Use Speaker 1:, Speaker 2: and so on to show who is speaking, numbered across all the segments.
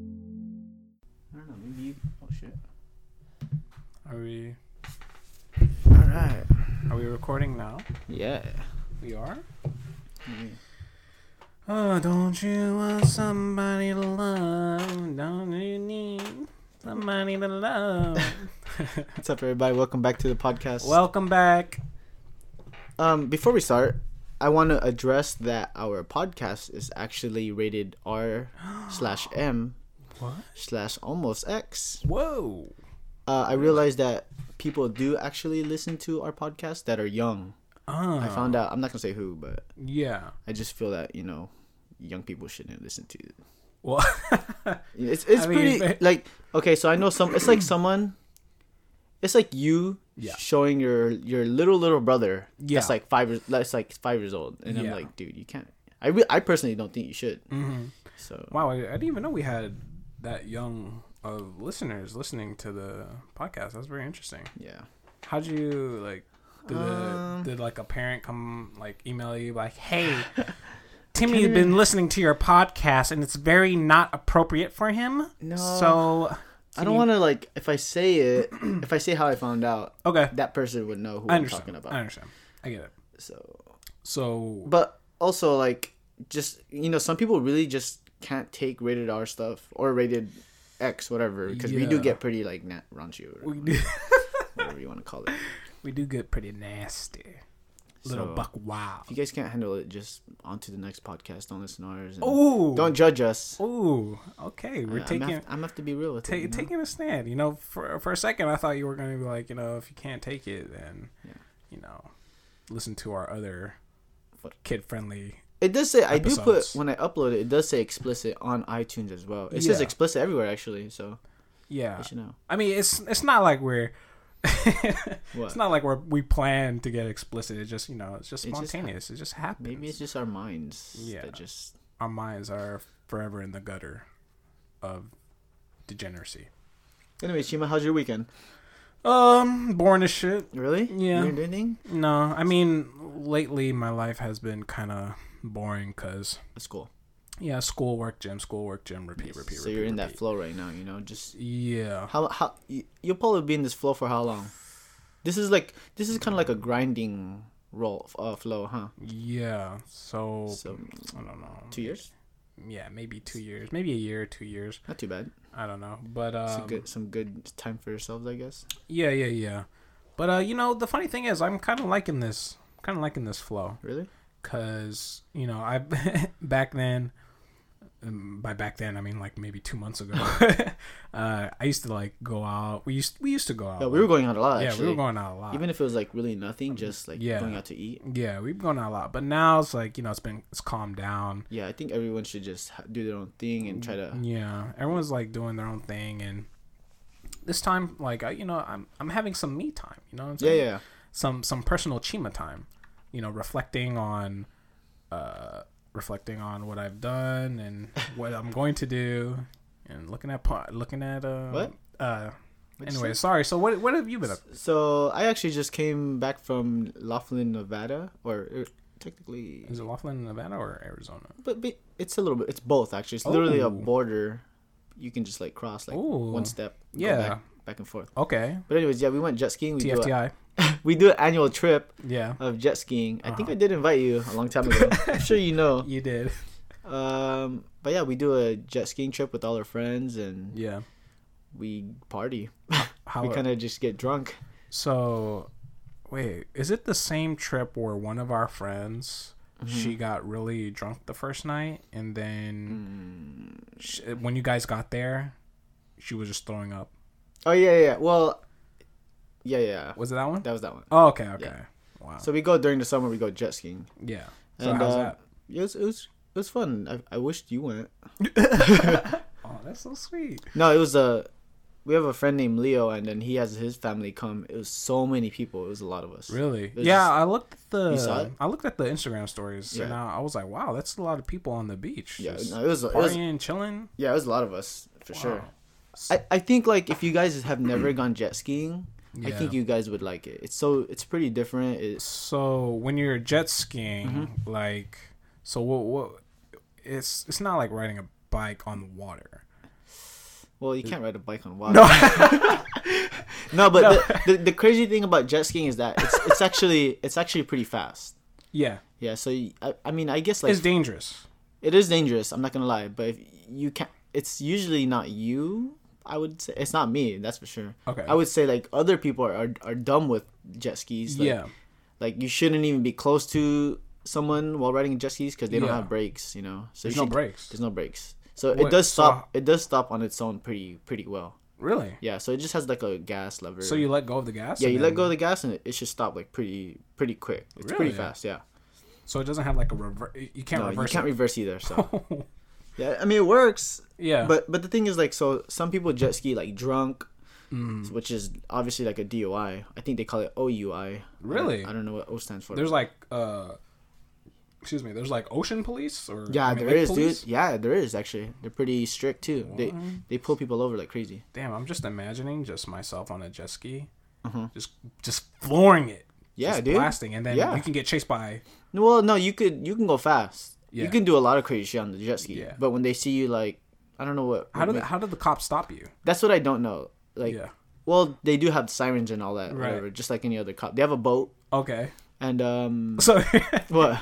Speaker 1: I don't know. Maybe you. Oh shit.
Speaker 2: Are we
Speaker 1: All right.
Speaker 2: are we recording now?
Speaker 1: Yeah.
Speaker 2: We are. Mm-hmm. Oh, don't you want somebody to love? Don't you need somebody to love?
Speaker 1: What's up, everybody? Welcome back to the podcast.
Speaker 2: Welcome back.
Speaker 1: um, before we start, I want to address that our podcast is actually rated R slash M
Speaker 2: What?
Speaker 1: slash almost X.
Speaker 2: Whoa.
Speaker 1: Uh, I realized that people do actually listen to our podcast that are young.
Speaker 2: Oh.
Speaker 1: I found out. I'm not gonna say who, but
Speaker 2: Yeah.
Speaker 1: I just feel that you know, young people shouldn't listen to it.
Speaker 2: Well.
Speaker 1: It's it's
Speaker 2: I mean,
Speaker 1: pretty
Speaker 2: but-
Speaker 1: like okay. So I know some. It's like someone. It's like you
Speaker 2: Yeah.
Speaker 1: showing your your little little brother.
Speaker 2: Yeah.
Speaker 1: That's like five. years- That's like five years old, and I'm
Speaker 2: Yeah.
Speaker 1: like, dude, you can't. I re- I personally don't think you should.
Speaker 2: hmm
Speaker 1: So
Speaker 2: Wow. I, I didn't even know we had that young of listeners listening to the podcast. That's very interesting.
Speaker 1: yeah.
Speaker 2: How'd you like? Did,
Speaker 1: Um,
Speaker 2: the, did like a parent come like email you like, "Hey, Timmy's been listening to your podcast and it's very not appropriate for him."
Speaker 1: No.
Speaker 2: So
Speaker 1: I don't want to like if I say it if I say how I found out
Speaker 2: okay,
Speaker 1: that person would know who
Speaker 2: I
Speaker 1: I'm
Speaker 2: understand.
Speaker 1: talking
Speaker 2: I
Speaker 1: about.
Speaker 2: understand. I get it.
Speaker 1: So
Speaker 2: So
Speaker 1: but also like just you know some people really just can't take rated R stuff or rated X whatever because we do
Speaker 2: Yeah.
Speaker 1: get pretty like na raunchy or
Speaker 2: we do
Speaker 1: whatever you want to call it.
Speaker 2: we do get pretty nasty. Little
Speaker 1: So-
Speaker 2: buck wow.
Speaker 1: If you guys can't handle it, just on to the next podcast. Don't listen to ours. and
Speaker 2: Ooh.
Speaker 1: Don't judge us.
Speaker 2: Ooh. Okay, Oh. we're
Speaker 1: I'm
Speaker 2: taking.
Speaker 1: Have, I'm have to be real with
Speaker 2: ta-
Speaker 1: it. You know?
Speaker 2: taking a stand. You know, for for a second, I thought you were going to be like, you know, if you can't take it, then
Speaker 1: Yeah.
Speaker 2: you know, listen to our other
Speaker 1: What?
Speaker 2: kid friendly.
Speaker 1: It does say I do put
Speaker 2: Episodes.
Speaker 1: when I upload it. It does say explicit on iTunes as well. It says
Speaker 2: Yeah. Uh,
Speaker 1: explicit everywhere actually. So
Speaker 2: Yeah,
Speaker 1: you should know.
Speaker 2: I mean, it's it's not like we're.
Speaker 1: What?
Speaker 2: it's not like we're we plan to get explicit. It's just you know, it's just
Speaker 1: It just hap-
Speaker 2: spontaneous. it just happens.
Speaker 1: Maybe it's just our minds.
Speaker 2: Yeah.
Speaker 1: That just
Speaker 2: our minds are forever in the gutter of degeneracy.
Speaker 1: Anyway, Shima, how's your weekend?
Speaker 2: Um, born as shit.
Speaker 1: Really?
Speaker 2: Yeah.
Speaker 1: You didn't do anything?
Speaker 2: No, I mean, lately my life has been kind of boring because
Speaker 1: That's cool.
Speaker 2: Yeah, school, work, gym, school, work, gym, repeat, repeat,
Speaker 1: so
Speaker 2: repeat.
Speaker 1: you're in that
Speaker 2: repeat.
Speaker 1: flow right now, you know. Just
Speaker 2: Yeah.
Speaker 1: how how you, you'll probably be in this flow for how long? This is like this is kind of like a grinding roll uh, flow, huh?
Speaker 2: Yeah. So,
Speaker 1: So
Speaker 2: I don't know.
Speaker 1: two years,
Speaker 2: Yeah, maybe two years. Maybe a year, two years.
Speaker 1: not too bad.
Speaker 2: I don't know. But
Speaker 1: It's
Speaker 2: um,
Speaker 1: a good some good time for yourselves, I guess.
Speaker 2: yeah, yeah, yeah. But uh, you know, the funny thing is, I'm kind of liking this. Kind of liking this flow.
Speaker 1: Really?
Speaker 2: because you know i back then um, by back then i mean like maybe two months ago uh, i used to like go out we used we used to go out
Speaker 1: Yeah, we were
Speaker 2: like-
Speaker 1: going out a lot.
Speaker 2: yeah
Speaker 1: actually.
Speaker 2: we were going out a lot
Speaker 1: Even if it was like really nothing, just like
Speaker 2: Yeah.
Speaker 1: going out to eat.
Speaker 2: yeah we've gone out a lot but now it's like you know it's been it's calmed down
Speaker 1: Yeah, I think everyone should just ha- do their own thing and try
Speaker 2: Mm,
Speaker 1: to.
Speaker 2: yeah everyone's like doing their own thing and this time like I, you know i'm i'm having some me time you know what
Speaker 1: Yeah,
Speaker 2: I'm saying?
Speaker 1: yeah, yeah.
Speaker 2: some some personal chima time you know reflecting on uh reflecting on what i've done and what i'm going to do and looking at po- looking at uh
Speaker 1: What?
Speaker 2: uh
Speaker 1: What'd you
Speaker 2: anyway sorry so what what have you been up
Speaker 1: So I actually just came back from Laughlin, Nevada, or er, technically
Speaker 2: is it Laughlin, Nevada, or Arizona?
Speaker 1: But, but it's a little bit. It's both actually. It's literally a
Speaker 2: Oh.
Speaker 1: border. You can just like cross like
Speaker 2: Ooh.
Speaker 1: one step. go
Speaker 2: Yeah.
Speaker 1: back, back and forth.
Speaker 2: Okay,
Speaker 1: But anyways, yeah, we went jet skiing. We do
Speaker 2: TFTI.
Speaker 1: a, we do an annual trip
Speaker 2: Yeah,
Speaker 1: of jet skiing. I think I did invite you a long time ago. I'm sure you know.
Speaker 2: you did.
Speaker 1: Um, but yeah, we do a jet skiing trip with all our friends and
Speaker 2: Yeah.
Speaker 1: we party.
Speaker 2: How?
Speaker 1: we kind of just get drunk.
Speaker 2: so, wait, is it the same trip where one of our friends? She
Speaker 1: Mm-hmm.
Speaker 2: got really drunk the first night, and then
Speaker 1: Mm.
Speaker 2: sh when you guys got there, she was just throwing up.
Speaker 1: Oh yeah, yeah. yeah. Well, yeah, yeah.
Speaker 2: Was it that one?
Speaker 1: That was that one.
Speaker 2: Oh, okay, okay.
Speaker 1: Yeah.
Speaker 2: Wow.
Speaker 1: So we go during the summer. We go jet skiing.
Speaker 2: yeah. So
Speaker 1: And
Speaker 2: how's
Speaker 1: uh,
Speaker 2: that?
Speaker 1: it was it was it was fun. I I wished you went.
Speaker 2: Oh, that's so sweet.
Speaker 1: No, it was a. We have a friend named Leo, and then he has his family come. It was so many people. It was a lot of us.
Speaker 2: Really?
Speaker 1: was
Speaker 2: Yeah,
Speaker 1: just-
Speaker 2: I looked at the
Speaker 1: You saw it?
Speaker 2: I looked at the Instagram stories and
Speaker 1: Yeah.
Speaker 2: I, I was like, wow, that's a lot of people on the beach.
Speaker 1: Yeah,
Speaker 2: just
Speaker 1: no, it was. It was
Speaker 2: partying, chilling.
Speaker 1: yeah, it was a lot of us for sure.
Speaker 2: Wow.
Speaker 1: I, I think like if you guys have never gone jet skiing, I think
Speaker 2: Yeah.
Speaker 1: you guys would like it. It's so it's pretty different. It's Mm-hmm.
Speaker 2: So when you're jet skiing, like, so what what it's it's not like riding a bike on the water.
Speaker 1: Well, you can't ride a bike on water. No, but The, the, the crazy thing about jet skiing is that it's, it's actually it's actually pretty fast.
Speaker 2: Yeah,
Speaker 1: Yeah, so you, I, I mean, I guess like
Speaker 2: it's dangerous.
Speaker 1: it is dangerous. I'm not gonna lie, but if you can, not it's usually not you. I would say it's not me. That's for sure.
Speaker 2: Okay.
Speaker 1: I would say like other people are are, are dumb with jet skis. Like,
Speaker 2: yeah,
Speaker 1: Like you shouldn't even be close to someone while riding jet skis because they don't
Speaker 2: Yeah.
Speaker 1: have brakes. You know. So
Speaker 2: there's
Speaker 1: you
Speaker 2: no
Speaker 1: should-
Speaker 2: brakes.
Speaker 1: There's no brakes. So it
Speaker 2: Wait,
Speaker 1: does
Speaker 2: so-
Speaker 1: stop. it does stop on its own pretty pretty well.
Speaker 2: Really?
Speaker 1: Yeah. So it just has like a gas lever.
Speaker 2: So you let go of the gas?
Speaker 1: yeah
Speaker 2: and
Speaker 1: you let
Speaker 2: then-
Speaker 1: go of the gas and it, it should stop like pretty pretty quick. It's
Speaker 2: Really?
Speaker 1: pretty fast. Yeah.
Speaker 2: So it doesn't have like a reverse. You can't
Speaker 1: No, you
Speaker 2: reverse.
Speaker 1: can't reverse either. So
Speaker 2: it.
Speaker 1: yeah, I mean it works.
Speaker 2: yeah.
Speaker 1: But but the thing is like so some people jet ski like drunk,
Speaker 2: Mm.
Speaker 1: which is obviously like a DUI. I think they call it OUI.
Speaker 2: Really?
Speaker 1: I don't, I don't know what O stands for.
Speaker 2: there's like uh, excuse me. There's like ocean police or
Speaker 1: yeah,
Speaker 2: I mean,
Speaker 1: there
Speaker 2: lake
Speaker 1: is,
Speaker 2: police?
Speaker 1: dude. Yeah, there is actually. They're pretty strict too. They they pull people over like crazy.
Speaker 2: Damn, I'm just imagining just myself on a jet ski, just just flooring it.
Speaker 1: Mm-hmm. Yeah,
Speaker 2: just
Speaker 1: dude.
Speaker 2: blasting, and then
Speaker 1: Yeah.
Speaker 2: you can get chased by.
Speaker 1: No, Well, no, you could you can go fast. You
Speaker 2: Yeah.
Speaker 1: can do a lot of crazy shit on the jet ski.
Speaker 2: Yeah.
Speaker 1: But when they see you like I don't know what
Speaker 2: How
Speaker 1: what
Speaker 2: did
Speaker 1: make-
Speaker 2: how did the cops stop you?
Speaker 1: that's what I don't know. Like
Speaker 2: Yeah.
Speaker 1: well, they do have sirens and all that,
Speaker 2: Right.
Speaker 1: whatever, just like any other cop. They have a boat
Speaker 2: Okay,
Speaker 1: and um
Speaker 2: so
Speaker 1: what?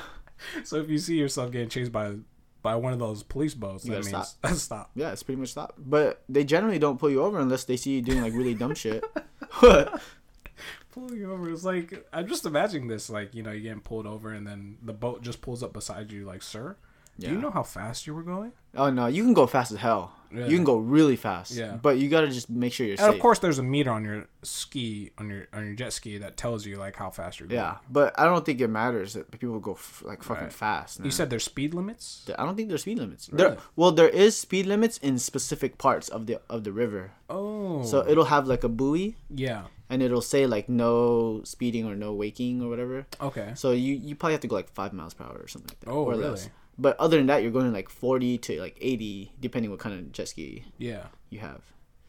Speaker 2: so if you see yourself getting chased by by one of those police boats, that means
Speaker 1: gotta
Speaker 2: stop. stop.
Speaker 1: Yeah, it's pretty much that. But they generally don't pull you over unless they see you doing like really dumb shit. What?
Speaker 2: Pull you over. It's like I'm just imagining this. Like you know, you're getting pulled over, and then the boat just pulls up beside you. Like, sir, do
Speaker 1: Yeah.
Speaker 2: you know how fast you were going?
Speaker 1: oh no, you can go fast as hell.
Speaker 2: Yeah.
Speaker 1: You can go really fast.
Speaker 2: Yeah.
Speaker 1: But you gotta just make sure you're
Speaker 2: And
Speaker 1: safe.
Speaker 2: of course, there's a meter on your ski on your on your jet ski that tells you like how fast you're going.
Speaker 1: Yeah, but I don't think it matters that people go f- like fucking
Speaker 2: Right.
Speaker 1: fast.
Speaker 2: You
Speaker 1: man.
Speaker 2: said there's speed limits.
Speaker 1: I don't think there's speed limits. There,
Speaker 2: Really?
Speaker 1: well, there is speed limits in specific parts of the of the river.
Speaker 2: Oh,
Speaker 1: So it'll have like a buoy,
Speaker 2: yeah.
Speaker 1: and it'll say like no speeding or no waking or whatever.
Speaker 2: Okay.
Speaker 1: So you you probably have to go like five miles per hour or something like that.
Speaker 2: Oh,
Speaker 1: or
Speaker 2: really?
Speaker 1: But other than that, you're going like forty to like eighty, depending what kind of jet ski
Speaker 2: Yeah.
Speaker 1: you have.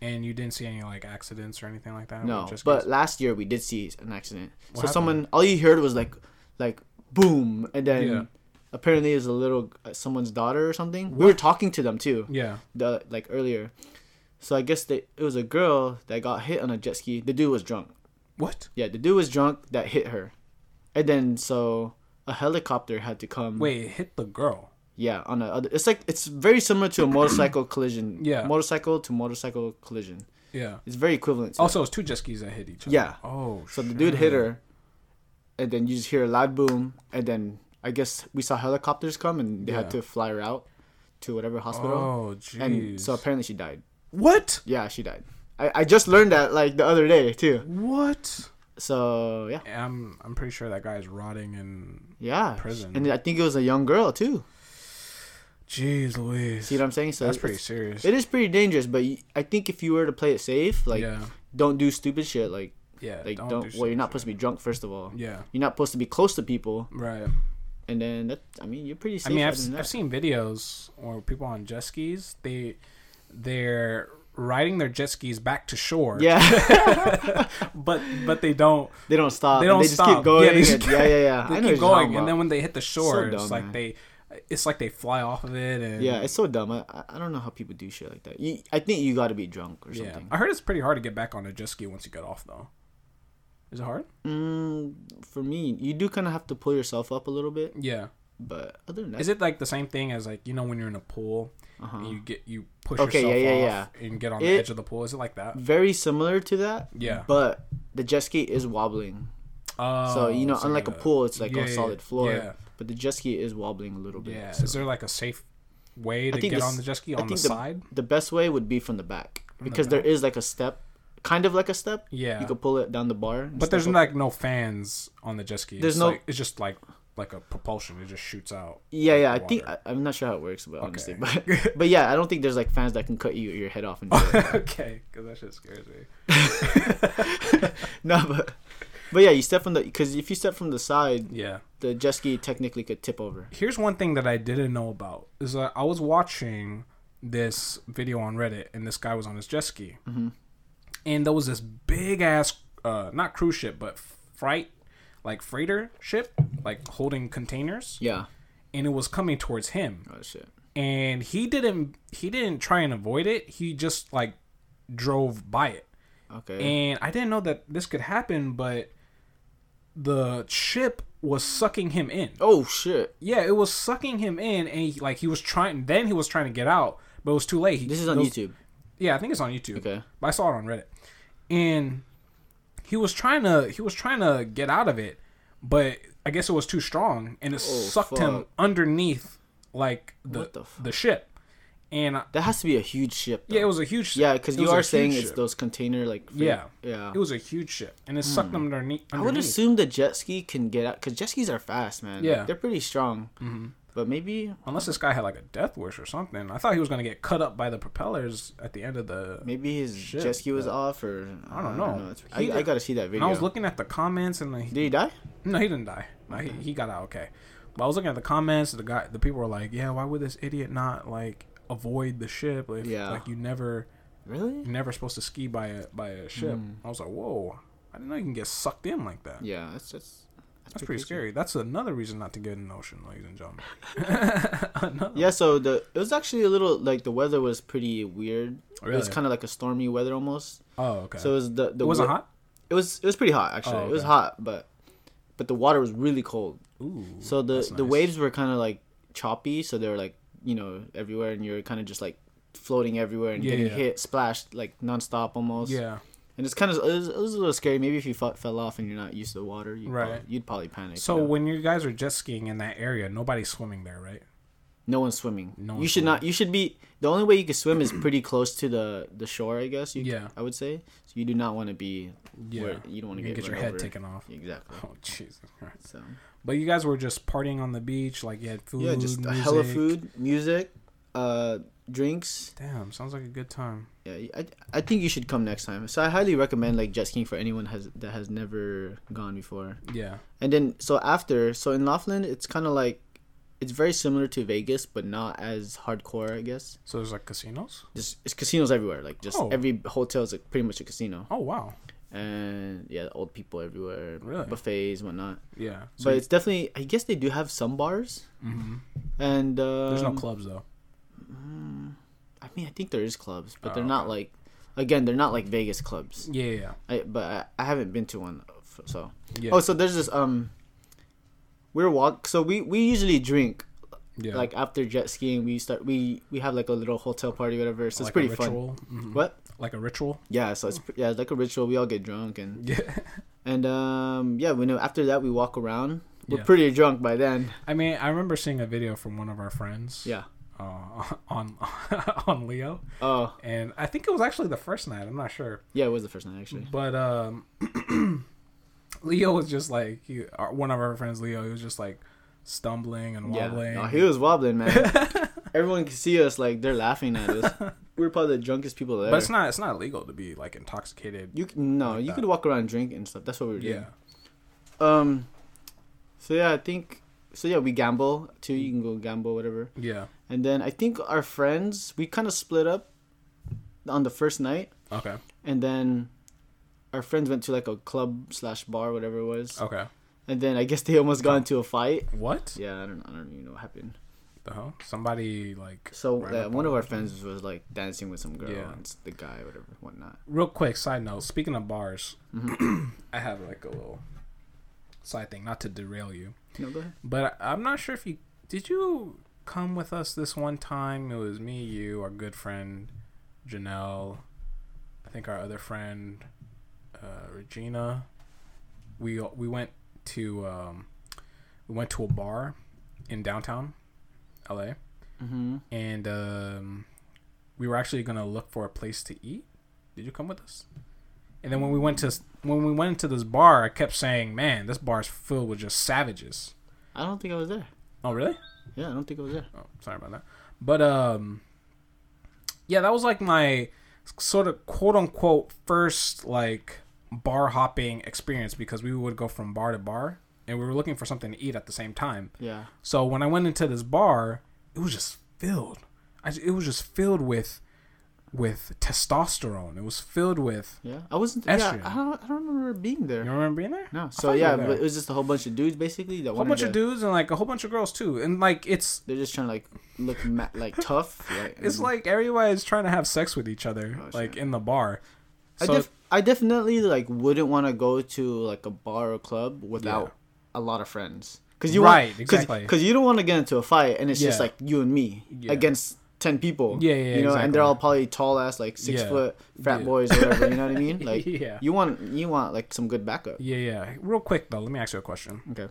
Speaker 2: And you didn't see any like accidents or anything like that.
Speaker 1: No,
Speaker 2: with jet
Speaker 1: but
Speaker 2: skis?
Speaker 1: last year we did see an accident. so
Speaker 2: happened?
Speaker 1: someone, all you heard was like, like boom, and then
Speaker 2: Yeah.
Speaker 1: apparently it was a little uh, someone's daughter or something. We were talking to them too,
Speaker 2: yeah.
Speaker 1: the like earlier. So I guess they, it was a girl that got hit on a jet ski. The dude was drunk.
Speaker 2: What?
Speaker 1: Yeah, the dude was drunk that hit her, and then so a helicopter had to come.
Speaker 2: Wait, it hit the girl.
Speaker 1: Yeah, on a other, it's like it's very similar to a motorcycle collision.
Speaker 2: Yeah.
Speaker 1: motorcycle to motorcycle collision.
Speaker 2: Yeah.
Speaker 1: It's very equivalent. To
Speaker 2: Also, it's two jet skis that hit each other.
Speaker 1: Yeah.
Speaker 2: Oh.
Speaker 1: that. So the dude hit her, and then you just hear a loud boom, and then I guess we saw helicopters come, and they
Speaker 2: Yeah.
Speaker 1: had to fly her out to whatever hospital.
Speaker 2: Oh, jeez.
Speaker 1: and so apparently she died.
Speaker 2: what?
Speaker 1: Yeah, she died. I, I just learned that like the other day too.
Speaker 2: What?
Speaker 1: So yeah,
Speaker 2: I'm I'm pretty sure that guy's rotting in.
Speaker 1: yeah.
Speaker 2: Prison.
Speaker 1: And I think it was a young girl too.
Speaker 2: Jeez Louise.
Speaker 1: See what I'm saying? So
Speaker 2: That's
Speaker 1: it's-
Speaker 2: pretty serious.
Speaker 1: It is pretty dangerous, but you, I think if you were to play it safe, like
Speaker 2: yeah.
Speaker 1: don't do stupid shit, like
Speaker 2: Yeah.
Speaker 1: Like don't,
Speaker 2: do
Speaker 1: well, you're not
Speaker 2: shit.
Speaker 1: supposed to be drunk first of all.
Speaker 2: Yeah.
Speaker 1: You're not supposed to be close to people,
Speaker 2: Right.
Speaker 1: and then that I mean you're pretty
Speaker 2: I
Speaker 1: safe.
Speaker 2: mean, I've,
Speaker 1: other than
Speaker 2: I've
Speaker 1: that.
Speaker 2: seen videos where people on jet skis they they're riding their jet skis back to shore.
Speaker 1: yeah,
Speaker 2: but but they don't.
Speaker 1: they don't stop.
Speaker 2: They
Speaker 1: They
Speaker 2: don't
Speaker 1: just
Speaker 2: stop.
Speaker 1: keep going.
Speaker 2: Yeah,
Speaker 1: Yeah,
Speaker 2: they just
Speaker 1: yeah, yeah, yeah. I know
Speaker 2: They keep
Speaker 1: what you're talking
Speaker 2: going, and then
Speaker 1: about.
Speaker 2: when they hit the shore,
Speaker 1: So dumb,
Speaker 2: it's like
Speaker 1: man.
Speaker 2: they, it's like they fly off of it. And
Speaker 1: yeah, it's so dumb. I, I- I don't know how people do shit like that. You, I think you got to be drunk or
Speaker 2: yeah.
Speaker 1: something.
Speaker 2: I heard it's pretty hard to get back on a jet ski once you get off, though. Is it hard?
Speaker 1: Mm, for me, you do kind of have to pull yourself up a little bit,
Speaker 2: Yeah.
Speaker 1: but other than that,
Speaker 2: Is it like the same thing as like you know when you're in a pool and you get you push
Speaker 1: Uh-huh. Okay,
Speaker 2: yourself
Speaker 1: yeah, yeah,
Speaker 2: off and get on the
Speaker 1: It-
Speaker 2: edge of the pool? Is it like that?
Speaker 1: very similar to that.
Speaker 2: Yeah.
Speaker 1: but the jet ski is wobbling.
Speaker 2: Oh,
Speaker 1: So you know,
Speaker 2: it's like
Speaker 1: unlike a pool, it's like
Speaker 2: yeah,
Speaker 1: on
Speaker 2: yeah,
Speaker 1: solid floor.
Speaker 2: yeah.
Speaker 1: But the jet ski is wobbling a little bit.
Speaker 2: Yeah.
Speaker 1: so-
Speaker 2: Is there like a safe way to
Speaker 1: think
Speaker 2: get
Speaker 1: this-
Speaker 2: on the jet ski
Speaker 1: I
Speaker 2: on the,
Speaker 1: think the-
Speaker 2: side?
Speaker 1: the best way would be from the back
Speaker 2: the
Speaker 1: because there is like a step, kind of like a step.
Speaker 2: Yeah.
Speaker 1: You could pull it down the bar. and
Speaker 2: But
Speaker 1: step
Speaker 2: there's
Speaker 1: up.
Speaker 2: like no fans on the jet ski.
Speaker 1: There's
Speaker 2: it's
Speaker 1: no-
Speaker 2: Like, it's just like like a propulsion. It just shoots out.
Speaker 1: Yeah,
Speaker 2: like,
Speaker 1: yeah. I
Speaker 2: water.
Speaker 1: think I, I'm not sure how it works, but honestly, but but yeah, I don't think there's like fans that can cut you your head off. And
Speaker 2: okay, because that shit scares me.
Speaker 1: no, but but yeah, you step from the because if you step from the side,
Speaker 2: Yeah.
Speaker 1: the jet ski technically could tip over.
Speaker 2: Here's one thing that I didn't know about is that I was watching this video on Reddit and this guy was on his jet ski, and there was this big ass uh, not cruise ship but freight like freighter ship like holding containers
Speaker 1: Yeah.
Speaker 2: and it was coming towards him
Speaker 1: Oh shit.
Speaker 2: and he didn't he didn't try and avoid it. He just like drove by it.
Speaker 1: Okay.
Speaker 2: And I didn't know that this could happen, but the ship was sucking him in.
Speaker 1: oh shit!
Speaker 2: Yeah, it was sucking him in, and he, like he was trying. Then he was trying to get out, but it was too late. He,
Speaker 1: This is on
Speaker 2: those- uh,
Speaker 1: YouTube.
Speaker 2: Yeah, I think it's on YouTube.
Speaker 1: Okay.
Speaker 2: but I saw it on Reddit, and he was trying to he was trying to get out of it, but I guess it was too strong, and it sucked him
Speaker 1: Oh, fuck.
Speaker 2: underneath like the
Speaker 1: What
Speaker 2: the,
Speaker 1: the fuck?
Speaker 2: ship, and I,
Speaker 1: That has to be a huge ship. Though.
Speaker 2: yeah, it was a huge ship.
Speaker 1: Yeah, because
Speaker 2: It
Speaker 1: you
Speaker 2: was a
Speaker 1: are
Speaker 2: huge
Speaker 1: saying it's
Speaker 2: ship.
Speaker 1: those container like. freight-
Speaker 2: yeah
Speaker 1: Yeah. Hmm.
Speaker 2: It was a huge ship, and it sucked him underneath.
Speaker 1: I would
Speaker 2: underneath.
Speaker 1: assume the jet ski can get out because jet skis are fast, man. Like,
Speaker 2: Yeah.
Speaker 1: they're pretty strong. Mm-hmm. But maybe
Speaker 2: Unless this guy had like a death wish or something. I thought he was gonna get cut up by the propellers at the end of the.
Speaker 1: maybe his jet ski was off, or I
Speaker 2: don't know.
Speaker 1: It's-
Speaker 2: He
Speaker 1: I, I
Speaker 2: did-
Speaker 1: gotta see that
Speaker 2: And
Speaker 1: video.
Speaker 2: I was looking at the comments and like,
Speaker 1: Did he die?
Speaker 2: no, he didn't die. No, he, he got out okay. But I was looking at the comments. The guy, the people were like, yeah, why would this idiot not like avoid the ship? If,
Speaker 1: Yeah.
Speaker 2: Like you never,
Speaker 1: Really?
Speaker 2: you're never supposed to ski by a by a ship. I was like, whoa, I didn't know you can get sucked in like that.
Speaker 1: Mm. Yeah, that's that's
Speaker 2: That's pretty
Speaker 1: crazy.
Speaker 2: scary. That's another reason not to get in the ocean, ladies and gentlemen. Another-
Speaker 1: Yeah, so the it was actually a little like the weather was pretty weird. It was
Speaker 2: Really?
Speaker 1: kind of like a stormy weather almost.
Speaker 2: Oh, okay.
Speaker 1: So it was the the
Speaker 2: it wasn't
Speaker 1: wa-
Speaker 2: hot.
Speaker 1: It was it was pretty hot actually.
Speaker 2: Oh,
Speaker 1: It was
Speaker 2: okay.
Speaker 1: hot, but but the water was really cold.
Speaker 2: Ooh.
Speaker 1: So the
Speaker 2: that's
Speaker 1: the
Speaker 2: nice.
Speaker 1: waves were kind of like choppy, so they were like you know everywhere, and you're kind of just like floating everywhere and
Speaker 2: Yeah,
Speaker 1: getting
Speaker 2: yeah.
Speaker 1: hit, splashed like nonstop almost.
Speaker 2: Yeah.
Speaker 1: and it's kind of it was, it was a little scary. Maybe if you fell, fell off and you're not used to the water, you'd
Speaker 2: Right.
Speaker 1: probably, you'd probably panic.
Speaker 2: So
Speaker 1: you know?
Speaker 2: when you guys are jet skiing in that area, nobody's swimming there, right?
Speaker 1: no one's swimming. No
Speaker 2: No
Speaker 1: you
Speaker 2: one's
Speaker 1: should not. You should be. The only way you can swim is pretty close to the the shore, I guess. You,
Speaker 2: Yeah.
Speaker 1: I would say. So you do not want to be.
Speaker 2: Yeah.
Speaker 1: Where, you don't want to
Speaker 2: You
Speaker 1: get,
Speaker 2: get your
Speaker 1: run
Speaker 2: head
Speaker 1: over.
Speaker 2: taken off.
Speaker 1: Exactly.
Speaker 2: Oh Jesus Christ!
Speaker 1: So
Speaker 2: But you guys were just partying on the beach, like you had food,
Speaker 1: yeah, just
Speaker 2: music.
Speaker 1: a hella food, music, uh, drinks.
Speaker 2: Damn, sounds like a good time.
Speaker 1: Yeah, I, I think you should come next time. So I highly recommend like jet skiing for anyone has that has never gone before.
Speaker 2: Yeah.
Speaker 1: And then so after, so in Laughlin, it's kind of like it's very similar to Vegas, but not as hardcore, I guess.
Speaker 2: So there's like casinos.
Speaker 1: Just it's casinos everywhere. Like just
Speaker 2: Oh.
Speaker 1: every hotel is like pretty much a casino,
Speaker 2: Oh wow.
Speaker 1: and yeah, old people everywhere,
Speaker 2: Really?
Speaker 1: buffets, whatnot.
Speaker 2: Yeah.
Speaker 1: but it's definitely, I guess they do have some bars,
Speaker 2: hmm
Speaker 1: and um,
Speaker 2: there's no clubs though.
Speaker 1: I mean, I think there is clubs, but
Speaker 2: Oh,
Speaker 1: they're not like, again, they're not like Vegas clubs.
Speaker 2: Yeah, yeah.
Speaker 1: I, but I, I haven't been to one, f- so.
Speaker 2: Yeah.
Speaker 1: Oh, so there's this um. We're walk. So we we usually drink
Speaker 2: yeah.
Speaker 1: like after jet skiing. We start we we have like a little hotel party, whatever. So
Speaker 2: Like
Speaker 1: it's pretty
Speaker 2: a
Speaker 1: fun.
Speaker 2: ritual. Mhm.
Speaker 1: What?
Speaker 2: Like a ritual.
Speaker 1: Yeah. So it's pre- yeah, it's like a ritual. We all get drunk and
Speaker 2: Yeah.
Speaker 1: and um yeah. We know after that we walk around. We're
Speaker 2: Yeah.
Speaker 1: pretty drunk by then.
Speaker 2: I mean, I remember seeing a video from one of our friends.
Speaker 1: Yeah.
Speaker 2: Uh, on on Leo,
Speaker 1: Oh
Speaker 2: and I think it was actually the first night. I'm not sure.
Speaker 1: yeah, it was the first night actually.
Speaker 2: But um, Leo was just like he, our, one of our friends. Leo, he was just like stumbling and
Speaker 1: Yeah.
Speaker 2: wobbling.
Speaker 1: No, he was wobbling, man. Everyone can see us like they're laughing at us. We're probably the drunkest people there.
Speaker 2: but it's not it's not illegal to be like intoxicated.
Speaker 1: you c- no, you
Speaker 2: that.
Speaker 1: could walk around drinking and stuff. That's what we were doing.
Speaker 2: yeah,
Speaker 1: Um. So yeah, I think so. Yeah, we gamble too.
Speaker 2: Mm.
Speaker 1: You can go gamble, whatever.
Speaker 2: yeah.
Speaker 1: And then I think our friends we kind of split up on the first night,
Speaker 2: Okay,
Speaker 1: and then our friends went to like a club slash bar, whatever it was.
Speaker 2: okay.
Speaker 1: And then I guess they almost got into a fight.
Speaker 2: What
Speaker 1: Yeah, I don't, I don't even know what happened.
Speaker 2: the hell? Somebody like
Speaker 1: So
Speaker 2: ran
Speaker 1: uh,
Speaker 2: up
Speaker 1: one
Speaker 2: on-
Speaker 1: of our friends was like dancing with some girl
Speaker 2: Yeah.
Speaker 1: and s- the guy, whatever, whatnot.
Speaker 2: Real quick side note. Speaking of bars, I have like a little side thing. Not to derail you,
Speaker 1: No, go ahead.
Speaker 2: But I- I'm not sure if you did you come with us this one time. It was me, you, our good friend Janelle, I think our other friend uh, Regina. We we went to um, we went to a bar in downtown LA,
Speaker 1: Mm-hmm.
Speaker 2: and um, we were actually gonna look for a place to eat. Did you come with us? And then when we went to when we went into this bar, I kept saying, "Man, this bar's filled with just savages."
Speaker 1: I don't think I was there.
Speaker 2: Oh, really?
Speaker 1: Yeah, I don't think I was there.
Speaker 2: Oh, sorry about that. But um, yeah, that was like my sort of quote unquote first like bar hopping experience because we would go from bar to bar and we were looking for something to eat at the same time.
Speaker 1: Yeah.
Speaker 2: So when I went into this bar, it was just filled. I, it was just filled with with testosterone. It was filled with.
Speaker 1: Yeah, I wasn't.
Speaker 2: Estrogen.
Speaker 1: Yeah, I don't, I don't remember being there.
Speaker 2: You remember being there?
Speaker 1: No,
Speaker 2: I
Speaker 1: so
Speaker 2: thought you
Speaker 1: yeah,
Speaker 2: were
Speaker 1: but
Speaker 2: there.
Speaker 1: it was just a whole bunch of dudes basically. That
Speaker 2: a whole bunch of dudes and like a whole bunch of girls too, and like it's
Speaker 1: They're just trying to like look ma- like tough. Like,
Speaker 2: it's like everybody's trying to have sex with each other,
Speaker 1: Hmm. Oh,
Speaker 2: like
Speaker 1: shit.
Speaker 2: in the bar.
Speaker 1: I,
Speaker 2: So
Speaker 1: def- I definitely like wouldn't want to go to like a bar or club without a lot of friends. Cause you
Speaker 2: Right, exactly.
Speaker 1: Because you don't want to get into a fight and it's just
Speaker 2: Yeah.
Speaker 1: like you and me
Speaker 2: Yeah.
Speaker 1: against ten people.
Speaker 2: Yeah, yeah,
Speaker 1: You know, and
Speaker 2: exactly.
Speaker 1: they're all probably tall ass like six
Speaker 2: Yeah.
Speaker 1: foot frat
Speaker 2: Yeah.
Speaker 1: boys or whatever. You know what I mean? Like
Speaker 2: Yeah.
Speaker 1: you want you want like some good backup.
Speaker 2: yeah, yeah. Real quick though, let me ask you a question.
Speaker 1: Okay.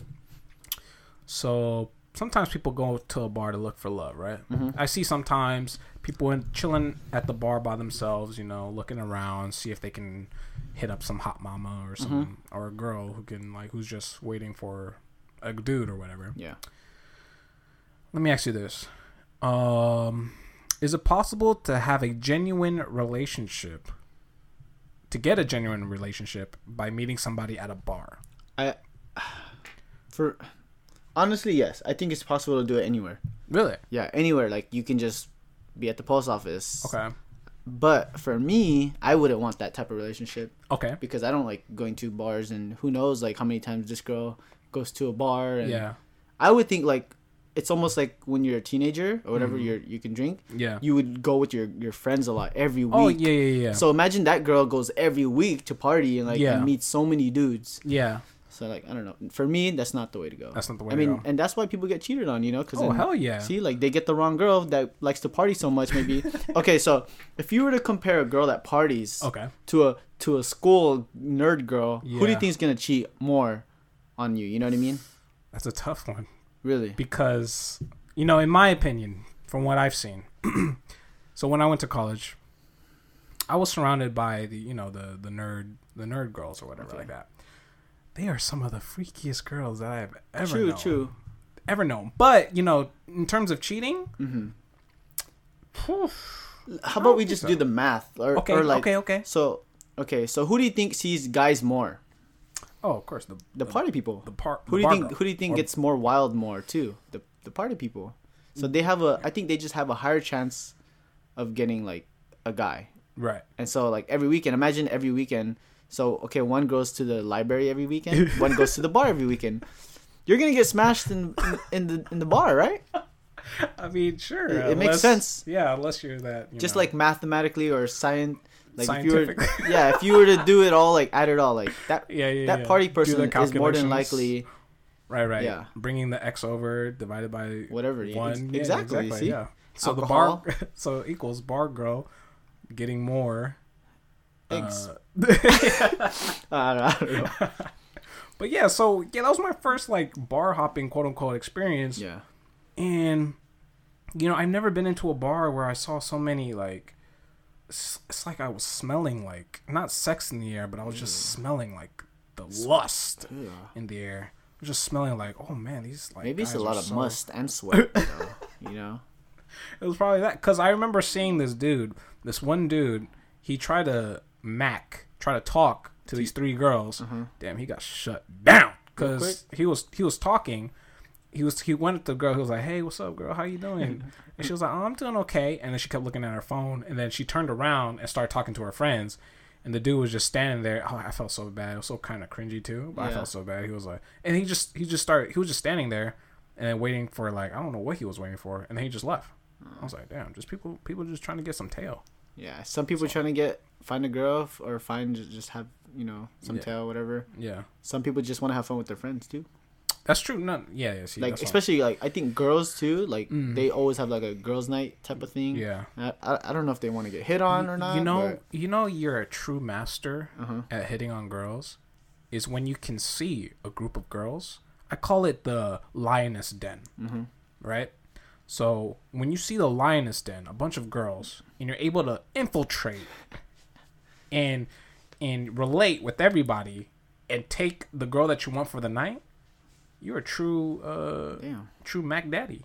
Speaker 2: So sometimes people go to a bar to look for love, right? I see sometimes people in, chilling at the bar by themselves, you know, looking around, see if they can hit up some hot mama or some or a girl who can like who's just waiting for a dude or whatever.
Speaker 1: Yeah.
Speaker 2: Let me ask you this. Um, is it possible to have a genuine relationship, to get a genuine relationship by meeting somebody at a bar?
Speaker 1: I for honestly yes, I think it's possible to do it anywhere.
Speaker 2: Really?
Speaker 1: Yeah, anywhere. Like you can just be at the post office.
Speaker 2: Okay.
Speaker 1: But for me, I wouldn't want that type of relationship
Speaker 2: Okay.
Speaker 1: because I don't like going to bars and who knows like how many times this girl goes to a bar and
Speaker 2: Yeah.
Speaker 1: I would think like it's almost like when you're a teenager or whatever you're you can drink,
Speaker 2: Mm-hmm. Yeah.
Speaker 1: you would go with your your friends a lot every week.
Speaker 2: oh yeah yeah yeah.
Speaker 1: So imagine that girl goes every week to party and like
Speaker 2: Yeah.
Speaker 1: and meets so many dudes.
Speaker 2: yeah.
Speaker 1: So like I don't know. For me, that's not the way to go.
Speaker 2: That's not the way
Speaker 1: I
Speaker 2: to
Speaker 1: mean,
Speaker 2: go.
Speaker 1: and that's why people get cheated on, you know? Cause
Speaker 2: Oh,
Speaker 1: then-
Speaker 2: hell yeah.
Speaker 1: See, like they get the wrong girl that likes to party so much. Maybe okay. So if you were to compare a girl that parties
Speaker 2: Okay.
Speaker 1: to a to a school nerd girl, who do
Speaker 2: Yeah.
Speaker 1: you think's gonna cheat more on you? You know what I mean?
Speaker 2: That's a tough one
Speaker 1: Really?
Speaker 2: because you know, in my opinion, from what I've seen, so when I went to college, I was surrounded by the you know the the nerd the nerd girls or whatever like that. They are some of the freakiest girls that I've ever
Speaker 1: True,
Speaker 2: known.
Speaker 1: true.
Speaker 2: ever known. But you know, in terms of cheating,
Speaker 1: Mm-hmm.
Speaker 2: phew,
Speaker 1: How
Speaker 2: don't
Speaker 1: about we
Speaker 2: think
Speaker 1: just
Speaker 2: so.
Speaker 1: do the math? Or,
Speaker 2: okay,
Speaker 1: or like,
Speaker 2: okay, okay.
Speaker 1: So okay, so who do you think sees guys more?
Speaker 2: Oh, of course the
Speaker 1: The party people.
Speaker 2: the part.
Speaker 1: Who do
Speaker 2: the
Speaker 1: you
Speaker 2: bar
Speaker 1: think?
Speaker 2: girl.
Speaker 1: Who do you think
Speaker 2: Or-
Speaker 1: gets more wild more too? The the party people. So they have a. I think they just have a higher chance of getting like a guy.
Speaker 2: right?
Speaker 1: And so like every weekend, imagine every weekend. So okay, one goes to the library every weekend. one goes to the bar every weekend. You're gonna get smashed in in, in the in the bar, right?
Speaker 2: I mean, sure,
Speaker 1: It- it makes
Speaker 2: unless-
Speaker 1: sense.
Speaker 2: Yeah, unless you're that. you
Speaker 1: Just
Speaker 2: know.
Speaker 1: like mathematically or science. Like if you were,
Speaker 2: Scientifically.
Speaker 1: yeah, if you were to do it all like add it all like that.
Speaker 2: Yeah, yeah,
Speaker 1: that
Speaker 2: yeah.
Speaker 1: party
Speaker 2: Do the
Speaker 1: person is more than
Speaker 2: calculations.
Speaker 1: likely
Speaker 2: right, right.
Speaker 1: yeah.
Speaker 2: bringing the x over divided by
Speaker 1: Whatever, yeah,
Speaker 2: one.
Speaker 1: ex-
Speaker 2: Yeah,
Speaker 1: exactly, see?
Speaker 2: Yeah. So
Speaker 1: Alcohol.
Speaker 2: the bar, so equals bar girl, getting more.
Speaker 1: eggs.
Speaker 2: uh,
Speaker 1: I don't- I don't know.
Speaker 2: but yeah, so yeah, that was my first like bar hopping quote unquote experience.
Speaker 1: Yeah.
Speaker 2: and you know i've never been into a bar where i saw so many like s- it's like i was smelling like not sex in the air but i was just
Speaker 1: Mm.
Speaker 2: smelling like the lust in the air I was just smelling like oh man these like
Speaker 1: Maybe it's a
Speaker 2: guys
Speaker 1: lot
Speaker 2: are
Speaker 1: of
Speaker 2: so-
Speaker 1: must and sweat, though, you know.
Speaker 2: it was probably that because i remember seeing this dude this one dude he tried to mac try to talk to these three girls
Speaker 1: Uh-huh.
Speaker 2: damn he got shut down because he was he was talking he was he went to the girl he was like hey what's up girl how you doing and she was like oh, i'm doing okay and then she kept looking at her phone and then she turned around and started talking to her friends and the dude was just standing there oh i felt so bad it was so kind of cringy too but i
Speaker 1: Yeah.
Speaker 2: felt so bad he was like and he just he just started he was just standing there and then waiting for like i don't know what he was waiting for and then he just left i was like damn just people people just trying to get some tail
Speaker 1: Yeah, some people trying to get find a girl f- or find ju- just have you know some
Speaker 2: Yeah.
Speaker 1: tail whatever.
Speaker 2: yeah
Speaker 1: Some people just want to have fun with their friends too.
Speaker 2: that's true no yeah yeah see,
Speaker 1: Like
Speaker 2: that's what-
Speaker 1: especially like I think girls too. Like they always have like a girls' night type of thing.
Speaker 2: yeah
Speaker 1: I, I, I don't know if they want to get hit on or not.
Speaker 2: You know,
Speaker 1: but- Uh-huh.
Speaker 2: you know, you're a true master at hitting on girls is when you can see a group of girls. I call it the lioness den,
Speaker 1: Mm-hmm.
Speaker 2: right? So when you see the lioness den, a bunch of girls, and you're able to infiltrate and and relate with everybody and take the girl that you want for the night, you're a true uh,
Speaker 1: damn.
Speaker 2: true Mac Daddy.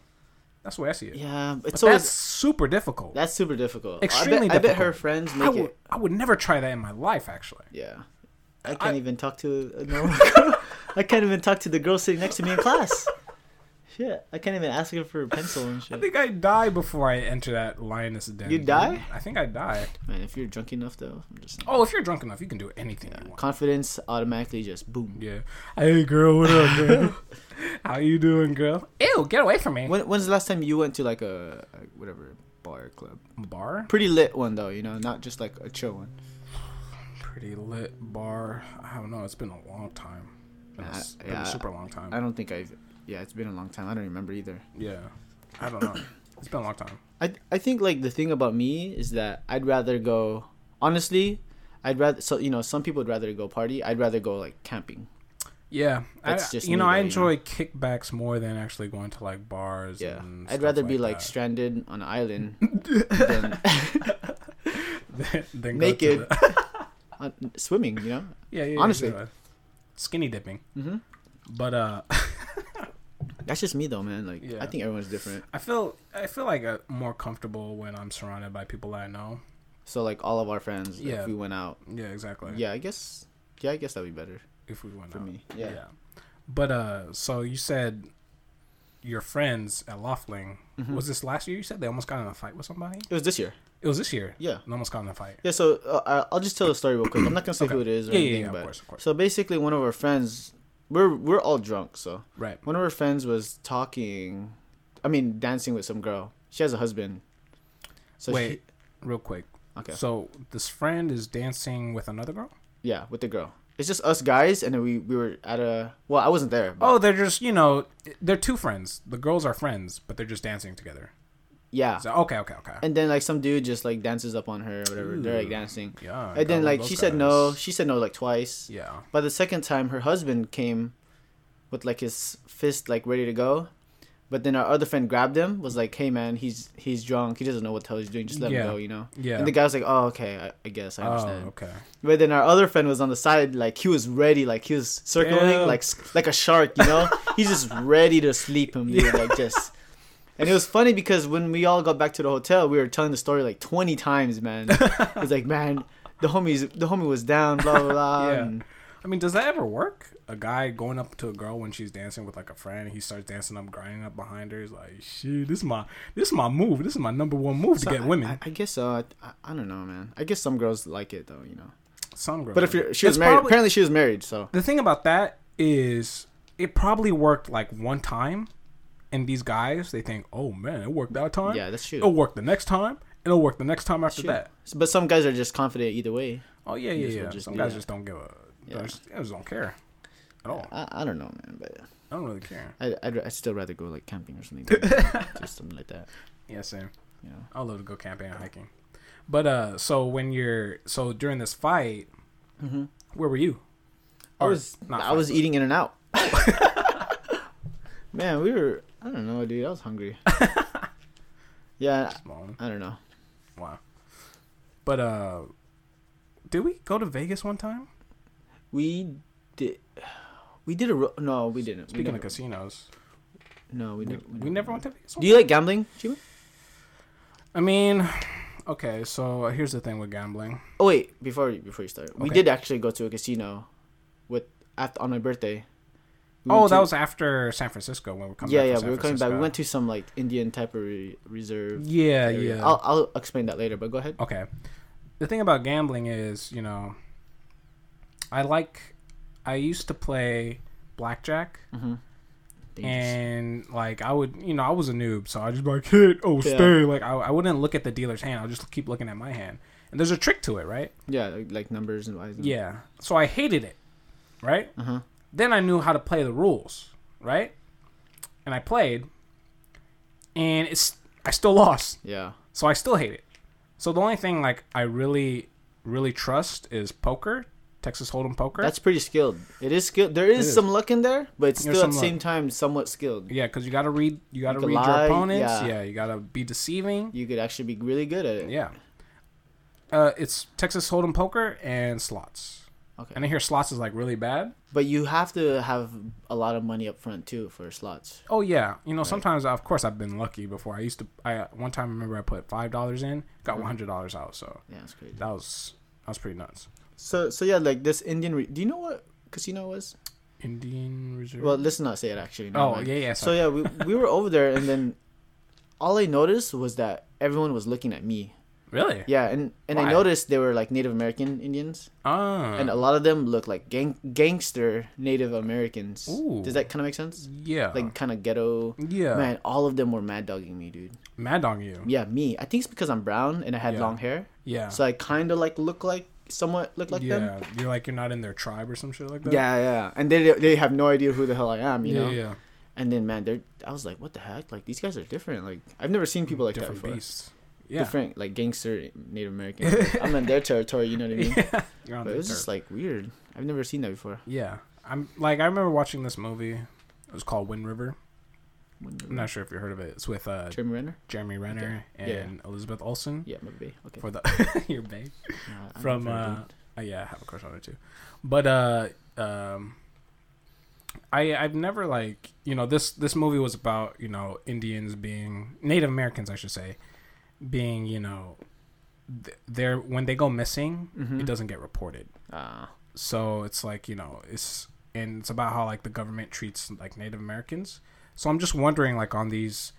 Speaker 2: That's the way I see it.
Speaker 1: Yeah, it's
Speaker 2: But
Speaker 1: always
Speaker 2: that's
Speaker 1: that's,
Speaker 2: super difficult.
Speaker 1: super difficult.
Speaker 2: Extremely
Speaker 1: I bet, I bet
Speaker 2: difficult.
Speaker 1: her friends
Speaker 2: I
Speaker 1: make
Speaker 2: would,
Speaker 1: it.
Speaker 2: I would never try that in my life, actually.
Speaker 1: Yeah. I uh, can't even talk to a normal girl. I can't even talk to the girl sitting next to me in class. Shit, I can't even ask her for a pencil and
Speaker 2: I
Speaker 1: shit.
Speaker 2: think I die before I enter that lioness den.
Speaker 1: You
Speaker 2: dude.
Speaker 1: die?
Speaker 2: I think I die.
Speaker 1: Man, if you're drunk enough though, I'm just saying.
Speaker 2: Oh, if you're drunk enough, you can do anything you want.
Speaker 1: confidence automatically just boom.
Speaker 2: Yeah. Hey, girl, what up, girl? How you doing, girl? Ew, get away from me.
Speaker 1: When, when's the last time you went to like a, a whatever bar or club?
Speaker 2: Bar?
Speaker 1: Pretty lit one though, you know, not just like a chill one.
Speaker 2: Pretty lit bar. I don't know. It's been a long time. Been a
Speaker 1: Yeah,
Speaker 2: s- been
Speaker 1: yeah,
Speaker 2: a super long time.
Speaker 1: I don't think I've. Yeah, it's been a long time. I don't remember either.
Speaker 2: yeah. I don't know. It's been a long time.
Speaker 1: I I think like the thing about me is that I'd rather go. Honestly, I'd rather. So you know, some people would rather go party. I'd rather go like camping.
Speaker 2: Yeah, I,
Speaker 1: That's just me,
Speaker 2: you know
Speaker 1: though,
Speaker 2: I
Speaker 1: you know.
Speaker 2: enjoy kickbacks more than actually going to like bars.
Speaker 1: Yeah,
Speaker 2: and
Speaker 1: I'd
Speaker 2: stuff
Speaker 1: rather be like
Speaker 2: that.
Speaker 1: stranded on an island than
Speaker 2: than go to
Speaker 1: naked
Speaker 2: the-
Speaker 1: on, uh, swimming. You know,
Speaker 2: yeah, yeah,
Speaker 1: Honestly.
Speaker 2: yeah. skinny dipping.
Speaker 1: Mhm.
Speaker 2: But uh,
Speaker 1: that's just me though, man. Like
Speaker 2: Yeah.
Speaker 1: I think everyone's different.
Speaker 2: I feel I feel like uh more comfortable when I'm surrounded by people that I know.
Speaker 1: So like all of our friends, like,
Speaker 2: Yeah.
Speaker 1: if we went out,
Speaker 2: Yeah, exactly.
Speaker 1: yeah, I guess, yeah, I guess that'd be better
Speaker 2: if we went
Speaker 1: for
Speaker 2: out.
Speaker 1: me. Yeah.
Speaker 2: But uh, so you said your friends at Laughlin
Speaker 1: Mm-hmm.
Speaker 2: was this last year? You said they almost got in a fight with somebody.
Speaker 1: it was this year.
Speaker 2: It was this year.
Speaker 1: Yeah.
Speaker 2: They almost got in a fight.
Speaker 1: Yeah, so uh, I- I'll just tell the story real quick. I'm not gonna say who it is or
Speaker 2: Yeah, yeah,
Speaker 1: anything,
Speaker 2: yeah, of
Speaker 1: but
Speaker 2: course, of course.
Speaker 1: so basically, one of our friends, we're we're all drunk. So
Speaker 2: Right.
Speaker 1: one of our friends was talking, I mean, dancing with some girl. She has a husband. So she-
Speaker 2: Wait, real quick.
Speaker 1: okay,
Speaker 2: So this friend is dancing with another girl.
Speaker 1: yeah, with the girl. It's just us guys, and then we we were at a well, I wasn't there. But
Speaker 2: Oh, they're just you know they're two friends. The girls are friends, but they're just dancing together.
Speaker 1: yeah,
Speaker 2: So okay, okay, okay.
Speaker 1: and then like some dude just like dances up on her, or whatever. They're like
Speaker 2: Ooh.
Speaker 1: dancing,
Speaker 2: yeah.
Speaker 1: and
Speaker 2: got
Speaker 1: then
Speaker 2: one
Speaker 1: like
Speaker 2: of
Speaker 1: she
Speaker 2: those
Speaker 1: said no,
Speaker 2: guys.
Speaker 1: she said no like twice.
Speaker 2: Yeah.
Speaker 1: By the second time, her husband came with like his fist like ready to go, but then our other friend grabbed him. Was like, "Hey man, he's he's drunk. He doesn't know what the hell he's doing. Just let
Speaker 2: Yeah.
Speaker 1: him go, you know."
Speaker 2: Yeah.
Speaker 1: And the guy was like, "Oh okay, I, I guess I
Speaker 2: oh,
Speaker 1: understand."
Speaker 2: okay.
Speaker 1: But then our other friend was on the side, like he was ready, like he was circling,
Speaker 2: Damn.
Speaker 1: like s- like a shark, you know. he's just ready to sleep him, dude. Like just. And it was funny because when we all got back to the hotel, we were telling the story like twenty times, man. It's like, man, the homies, the homie was down, blah blah blah.
Speaker 2: Yeah.
Speaker 1: and-
Speaker 2: I mean, does that ever work? A guy going up to a girl when she's dancing with like a friend, he starts dancing up, grinding up behind her. He's like, "Shit, this is my this is my move. This is my number one move
Speaker 1: So
Speaker 2: to get
Speaker 1: I-
Speaker 2: women."
Speaker 1: I, I guess so. I, I, I don't know, man. I guess some girls like it though, you know.
Speaker 2: Some girls.
Speaker 1: But if
Speaker 2: do.
Speaker 1: you're, she was
Speaker 2: That's
Speaker 1: married.
Speaker 2: probably-
Speaker 1: Apparently, she was married. So
Speaker 2: the thing about that is it probably worked like one time, and these guys they think, "Oh man, it worked that time.
Speaker 1: yeah, that's true.
Speaker 2: it'll work the next time. It'll work the next time after
Speaker 1: True.
Speaker 2: that."
Speaker 1: But some guys are just confident either way.
Speaker 2: Oh yeah,
Speaker 1: as
Speaker 2: yeah,
Speaker 1: well
Speaker 2: yeah.
Speaker 1: just
Speaker 2: Some
Speaker 1: do
Speaker 2: guys
Speaker 1: that.
Speaker 2: just don't give a.
Speaker 1: Yeah.
Speaker 2: They just, they just don't care at all.
Speaker 1: I, I don't know, man. But
Speaker 2: I don't really care.
Speaker 1: I, I'd, I'd still rather go like camping or something, just something like that.
Speaker 2: Yeah, same.
Speaker 1: You know.
Speaker 2: I love to go camping and hiking. But uh, so when you're so during this fight,
Speaker 1: Mm-hmm.
Speaker 2: where were you?
Speaker 1: I
Speaker 2: Or
Speaker 1: was
Speaker 2: not
Speaker 1: I
Speaker 2: fight,
Speaker 1: was
Speaker 2: but-
Speaker 1: eating in and out. man, we were. I don't know, dude. I was hungry. yeah,
Speaker 2: Small.
Speaker 1: I don't know.
Speaker 2: Wow. But uh, did we go to Vegas one time?
Speaker 1: We did. We did a ro- no. We didn't.
Speaker 2: Speaking
Speaker 1: we
Speaker 2: of
Speaker 1: never,
Speaker 2: casinos,
Speaker 1: no, we
Speaker 2: we,
Speaker 1: didn't.
Speaker 2: we never went to Vegas.
Speaker 1: Do you like gambling, Chima?
Speaker 2: I mean, okay. So here's the thing with gambling.
Speaker 1: Oh wait, before before you start, we
Speaker 2: Okay.
Speaker 1: did actually go to a casino with after on my birthday. We
Speaker 2: oh,
Speaker 1: went
Speaker 2: that
Speaker 1: to-
Speaker 2: was after San Francisco when we were coming.
Speaker 1: yeah,
Speaker 2: back
Speaker 1: yeah.
Speaker 2: from San
Speaker 1: We were coming back. We
Speaker 2: Francisco.
Speaker 1: went to some like Indian type of re- reserve.
Speaker 2: Yeah,
Speaker 1: area. Oh,
Speaker 2: yeah.
Speaker 1: I'll I'll explain that later, but go ahead.
Speaker 2: okay the thing about gambling is you know i like i used to play blackjack
Speaker 1: Dangerous.
Speaker 2: and like i would you know i was a noob so i just be like hit oh
Speaker 1: Yeah.
Speaker 2: stay like I, I wouldn't look at the dealer's hand i'll just keep looking at my hand and there's a trick to it right
Speaker 1: yeah, like, like numbers and wise.
Speaker 2: yeah so i hated it right
Speaker 1: Uh-huh.
Speaker 2: then i knew how to play the rules right and i played and it's i still lost
Speaker 1: Yeah.
Speaker 2: so I still hate it. So the only thing like I really, really trust is poker, Texas Hold'em poker.
Speaker 1: That's pretty skilled. It is skilled. There is,
Speaker 2: is.
Speaker 1: some luck in there, but it's
Speaker 2: There's
Speaker 1: still at the
Speaker 2: some
Speaker 1: same time somewhat skilled.
Speaker 2: yeah, because you gotta read, you gotta
Speaker 1: You can
Speaker 2: read
Speaker 1: lie,
Speaker 2: your opponents.
Speaker 1: yeah.
Speaker 2: Yeah. you gotta be deceiving.
Speaker 1: You could actually be really good at it.
Speaker 2: Yeah. Uh, it's Texas Hold'em poker and slots.
Speaker 1: Okay.
Speaker 2: And I hear slots is like really bad.
Speaker 1: But you have to have a lot of money up front too for slots.
Speaker 2: Oh yeah, you know sometimes of course I've been lucky before. I used to I one time I remember I put five dollars in,
Speaker 1: Mm-hmm.
Speaker 2: got one hundred dollars out. So
Speaker 1: Yeah, that's crazy.
Speaker 2: that was that was pretty nuts.
Speaker 1: So so yeah, like this Indian. Re- Do you know what casino was?
Speaker 2: Indian Reserve.
Speaker 1: Well, let's not say it actually. never
Speaker 2: Oh,
Speaker 1: mind.
Speaker 2: yeah, yeah,
Speaker 1: So
Speaker 2: sorry.
Speaker 1: yeah, we we were over there, and then all I noticed was that everyone was looking at me.
Speaker 2: really?
Speaker 1: Yeah, and and I
Speaker 2: Why?
Speaker 1: noticed they were like Native American Indians,
Speaker 2: Ah.
Speaker 1: and a lot of them look like gang- gangster Native Americans.
Speaker 2: Ooh.
Speaker 1: Does that kind of make sense?
Speaker 2: yeah.
Speaker 1: Like kind of ghetto.
Speaker 2: yeah.
Speaker 1: Man, all of them were mad dogging me, dude.
Speaker 2: Mad dog you.
Speaker 1: Yeah, me. I think it's because I'm brown and I had
Speaker 2: Yeah.
Speaker 1: long hair,
Speaker 2: Yeah.
Speaker 1: so I kind of like look like somewhat look like
Speaker 2: yeah.
Speaker 1: them.
Speaker 2: You're like you're not in their tribe or some shit like that.
Speaker 1: Yeah, yeah, and they they have no idea who the hell I am, you
Speaker 2: yeah.
Speaker 1: know.
Speaker 2: yeah.
Speaker 1: And then man, they I was like, what the heck? Like these guys are different. Like I've never seen people like
Speaker 2: Different
Speaker 1: that before.
Speaker 2: beasts. Yeah.
Speaker 1: Different like gangster Native American. I'm in their territory, you know what I mean?
Speaker 2: You're on
Speaker 1: But it
Speaker 2: the
Speaker 1: was
Speaker 2: dirt.
Speaker 1: just like weird. I've never seen that before.
Speaker 2: yeah. I'm like I remember watching this movie. It was called Wind River. I'm not sure if you heard of it. It's with uh,
Speaker 1: Jeremy Renner?
Speaker 2: Jeremy Renner
Speaker 1: Okay. Yeah.
Speaker 2: and Elizabeth Olsen
Speaker 1: Yeah, maybe. Okay.
Speaker 2: for the your babe.
Speaker 1: Nah, I've
Speaker 2: from
Speaker 1: never heard
Speaker 2: uh
Speaker 1: of it.
Speaker 2: oh, yeah, I have a crush on her too. But uh um I I've never like you know this this movie was about you know Indians being Native Americans I should say being you know th- they're when they go missing
Speaker 1: Mm-hmm.
Speaker 2: it doesn't get reported
Speaker 1: Ah,
Speaker 2: so it's like you know it's and it's about how like the government treats like Native Americans so I'm just wondering like on these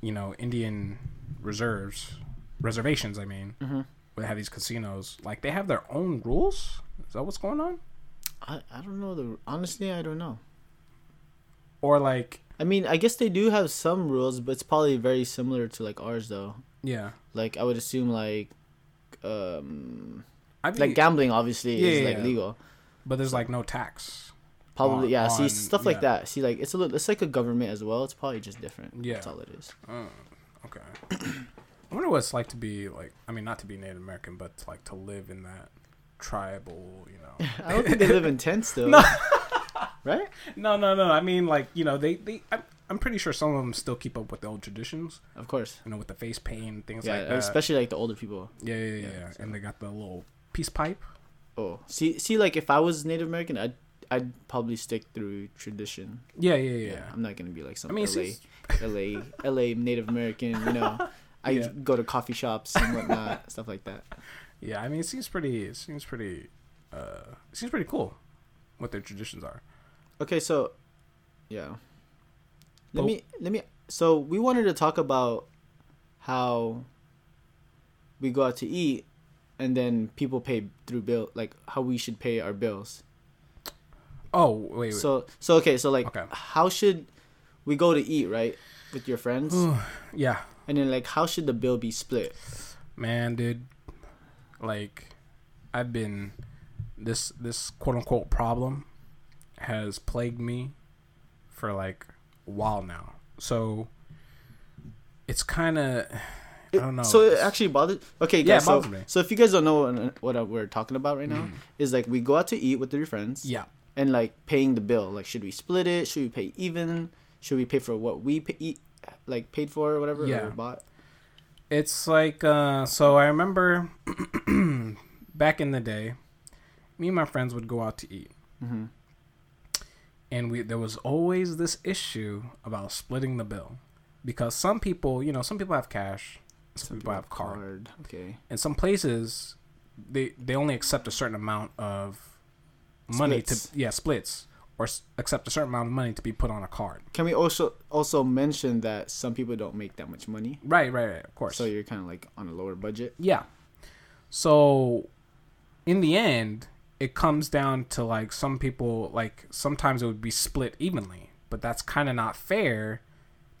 Speaker 2: you know Indian reserves reservations I mean
Speaker 1: mhm.
Speaker 2: where they have these casinos, like they have their own rules. Is that what's going on?
Speaker 1: I, I don't know the honestly I don't know.
Speaker 2: Or like,
Speaker 1: I mean, I guess they do have some rules, but it's probably very similar to like ours though.
Speaker 2: yeah,
Speaker 1: Like I would assume like um
Speaker 2: I mean,
Speaker 1: like gambling obviously is
Speaker 2: Yeah,
Speaker 1: like
Speaker 2: yeah.
Speaker 1: legal.
Speaker 2: but there's like no tax.
Speaker 1: Probably
Speaker 2: on-
Speaker 1: yeah. see
Speaker 2: on-
Speaker 1: stuff like
Speaker 2: yeah.
Speaker 1: that. See like it's a little. It's like a government as well. It's probably just different.
Speaker 2: Yeah.
Speaker 1: that's all it is.
Speaker 2: Oh, okay. I wonder what it's like to be like. I mean, not to be Native American, but like to live in that tribal. You know.
Speaker 1: I don't think they live in tents though. Right?
Speaker 2: no, no, no. I mean, like you know, they they. I'm, I'm pretty sure some of them still keep up with the old traditions.
Speaker 1: Of course.
Speaker 2: You know, with the face paint, things
Speaker 1: yeah, uh,
Speaker 2: like uh, that.
Speaker 1: especially like the older people.
Speaker 2: yeah, yeah, yeah. yeah. And they got the little peace pipe.
Speaker 1: Oh, see, see, like if I was Native American, I'd I'd probably stick through tradition.
Speaker 2: Yeah, yeah, yeah. yeah.
Speaker 1: I'm not gonna be like some
Speaker 2: I mean, it's
Speaker 1: LA,
Speaker 2: just-
Speaker 1: LA, LA Native American. You know, I
Speaker 2: Yeah.
Speaker 1: go to coffee shops and whatnot, stuff like that.
Speaker 2: Yeah, I mean, it seems pretty. It seems pretty. Uh, it seems pretty cool, what their traditions are.
Speaker 1: Okay, so, yeah. Let
Speaker 2: Oh.
Speaker 1: me let me. So we wanted to talk about how we go out to eat, and then people pay through bill, like how we should pay our bills.
Speaker 2: Oh wait, wait.
Speaker 1: So so okay, so like
Speaker 2: Okay.
Speaker 1: how should we go to eat right with your friends,
Speaker 2: yeah,
Speaker 1: and then like how should the bill be split?
Speaker 2: man, dude. Like, I've been this this quote unquote problem has plagued me for like a while now. So it's kind of I don't know.
Speaker 1: So it
Speaker 2: It's-
Speaker 1: actually bothers. Okay,
Speaker 2: Oh, Yeah,
Speaker 1: guys.
Speaker 2: it
Speaker 1: so,
Speaker 2: bothers me. Mm-hmm.
Speaker 1: so if you guys don't know what, what we're talking about right now, is like we go out to eat with your friends.
Speaker 2: yeah,
Speaker 1: and like paying the bill. Like, should we split it? Should we pay even? Should we pay for what we pay, eat, like paid for or whatever
Speaker 2: Yeah.
Speaker 1: or bought?
Speaker 2: It's like uh so I remember back in the day, me and my friends would go out to eat.
Speaker 1: Mhm.
Speaker 2: And we there was always this issue about splitting the bill because some people, you know, some people have cash, some, people, have card.
Speaker 1: Okay.
Speaker 2: And some places they they only accept a certain amount of money
Speaker 1: Splits.
Speaker 2: to yeah, splits or s- accept a certain amount of money to be put on a card.
Speaker 1: Can we also also mention that some people don't make that much money,
Speaker 2: Right, right, right, of course.
Speaker 1: so you're kind of like on a lower budget.
Speaker 2: Yeah. So in the end, it comes down to like some people like sometimes it would be split evenly, but that's kind of not fair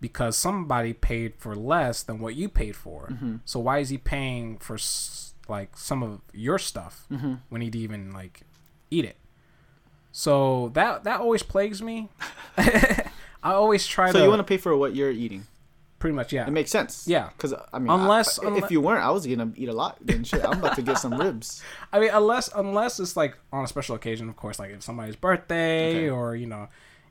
Speaker 2: because somebody paid for less than what you paid for.
Speaker 1: Mm-hmm.
Speaker 2: So why is he paying for s- like some of your stuff
Speaker 1: Mm-hmm.
Speaker 2: when he'd even like eat it? So that that always plagues me. I always try
Speaker 1: So
Speaker 2: to
Speaker 1: you want to pay for what you're eating?
Speaker 2: pretty much yeah.
Speaker 1: It makes sense.
Speaker 2: Yeah.
Speaker 1: Because I mean,
Speaker 2: Unless-
Speaker 1: I-
Speaker 2: unle-
Speaker 1: if you weren't, I was gonna eat a lot. Then shit, I'm about to get some ribs.
Speaker 2: I mean, unless unless it's like on a special occasion, of course, like if somebody's birthday
Speaker 1: Okay.
Speaker 2: or you know,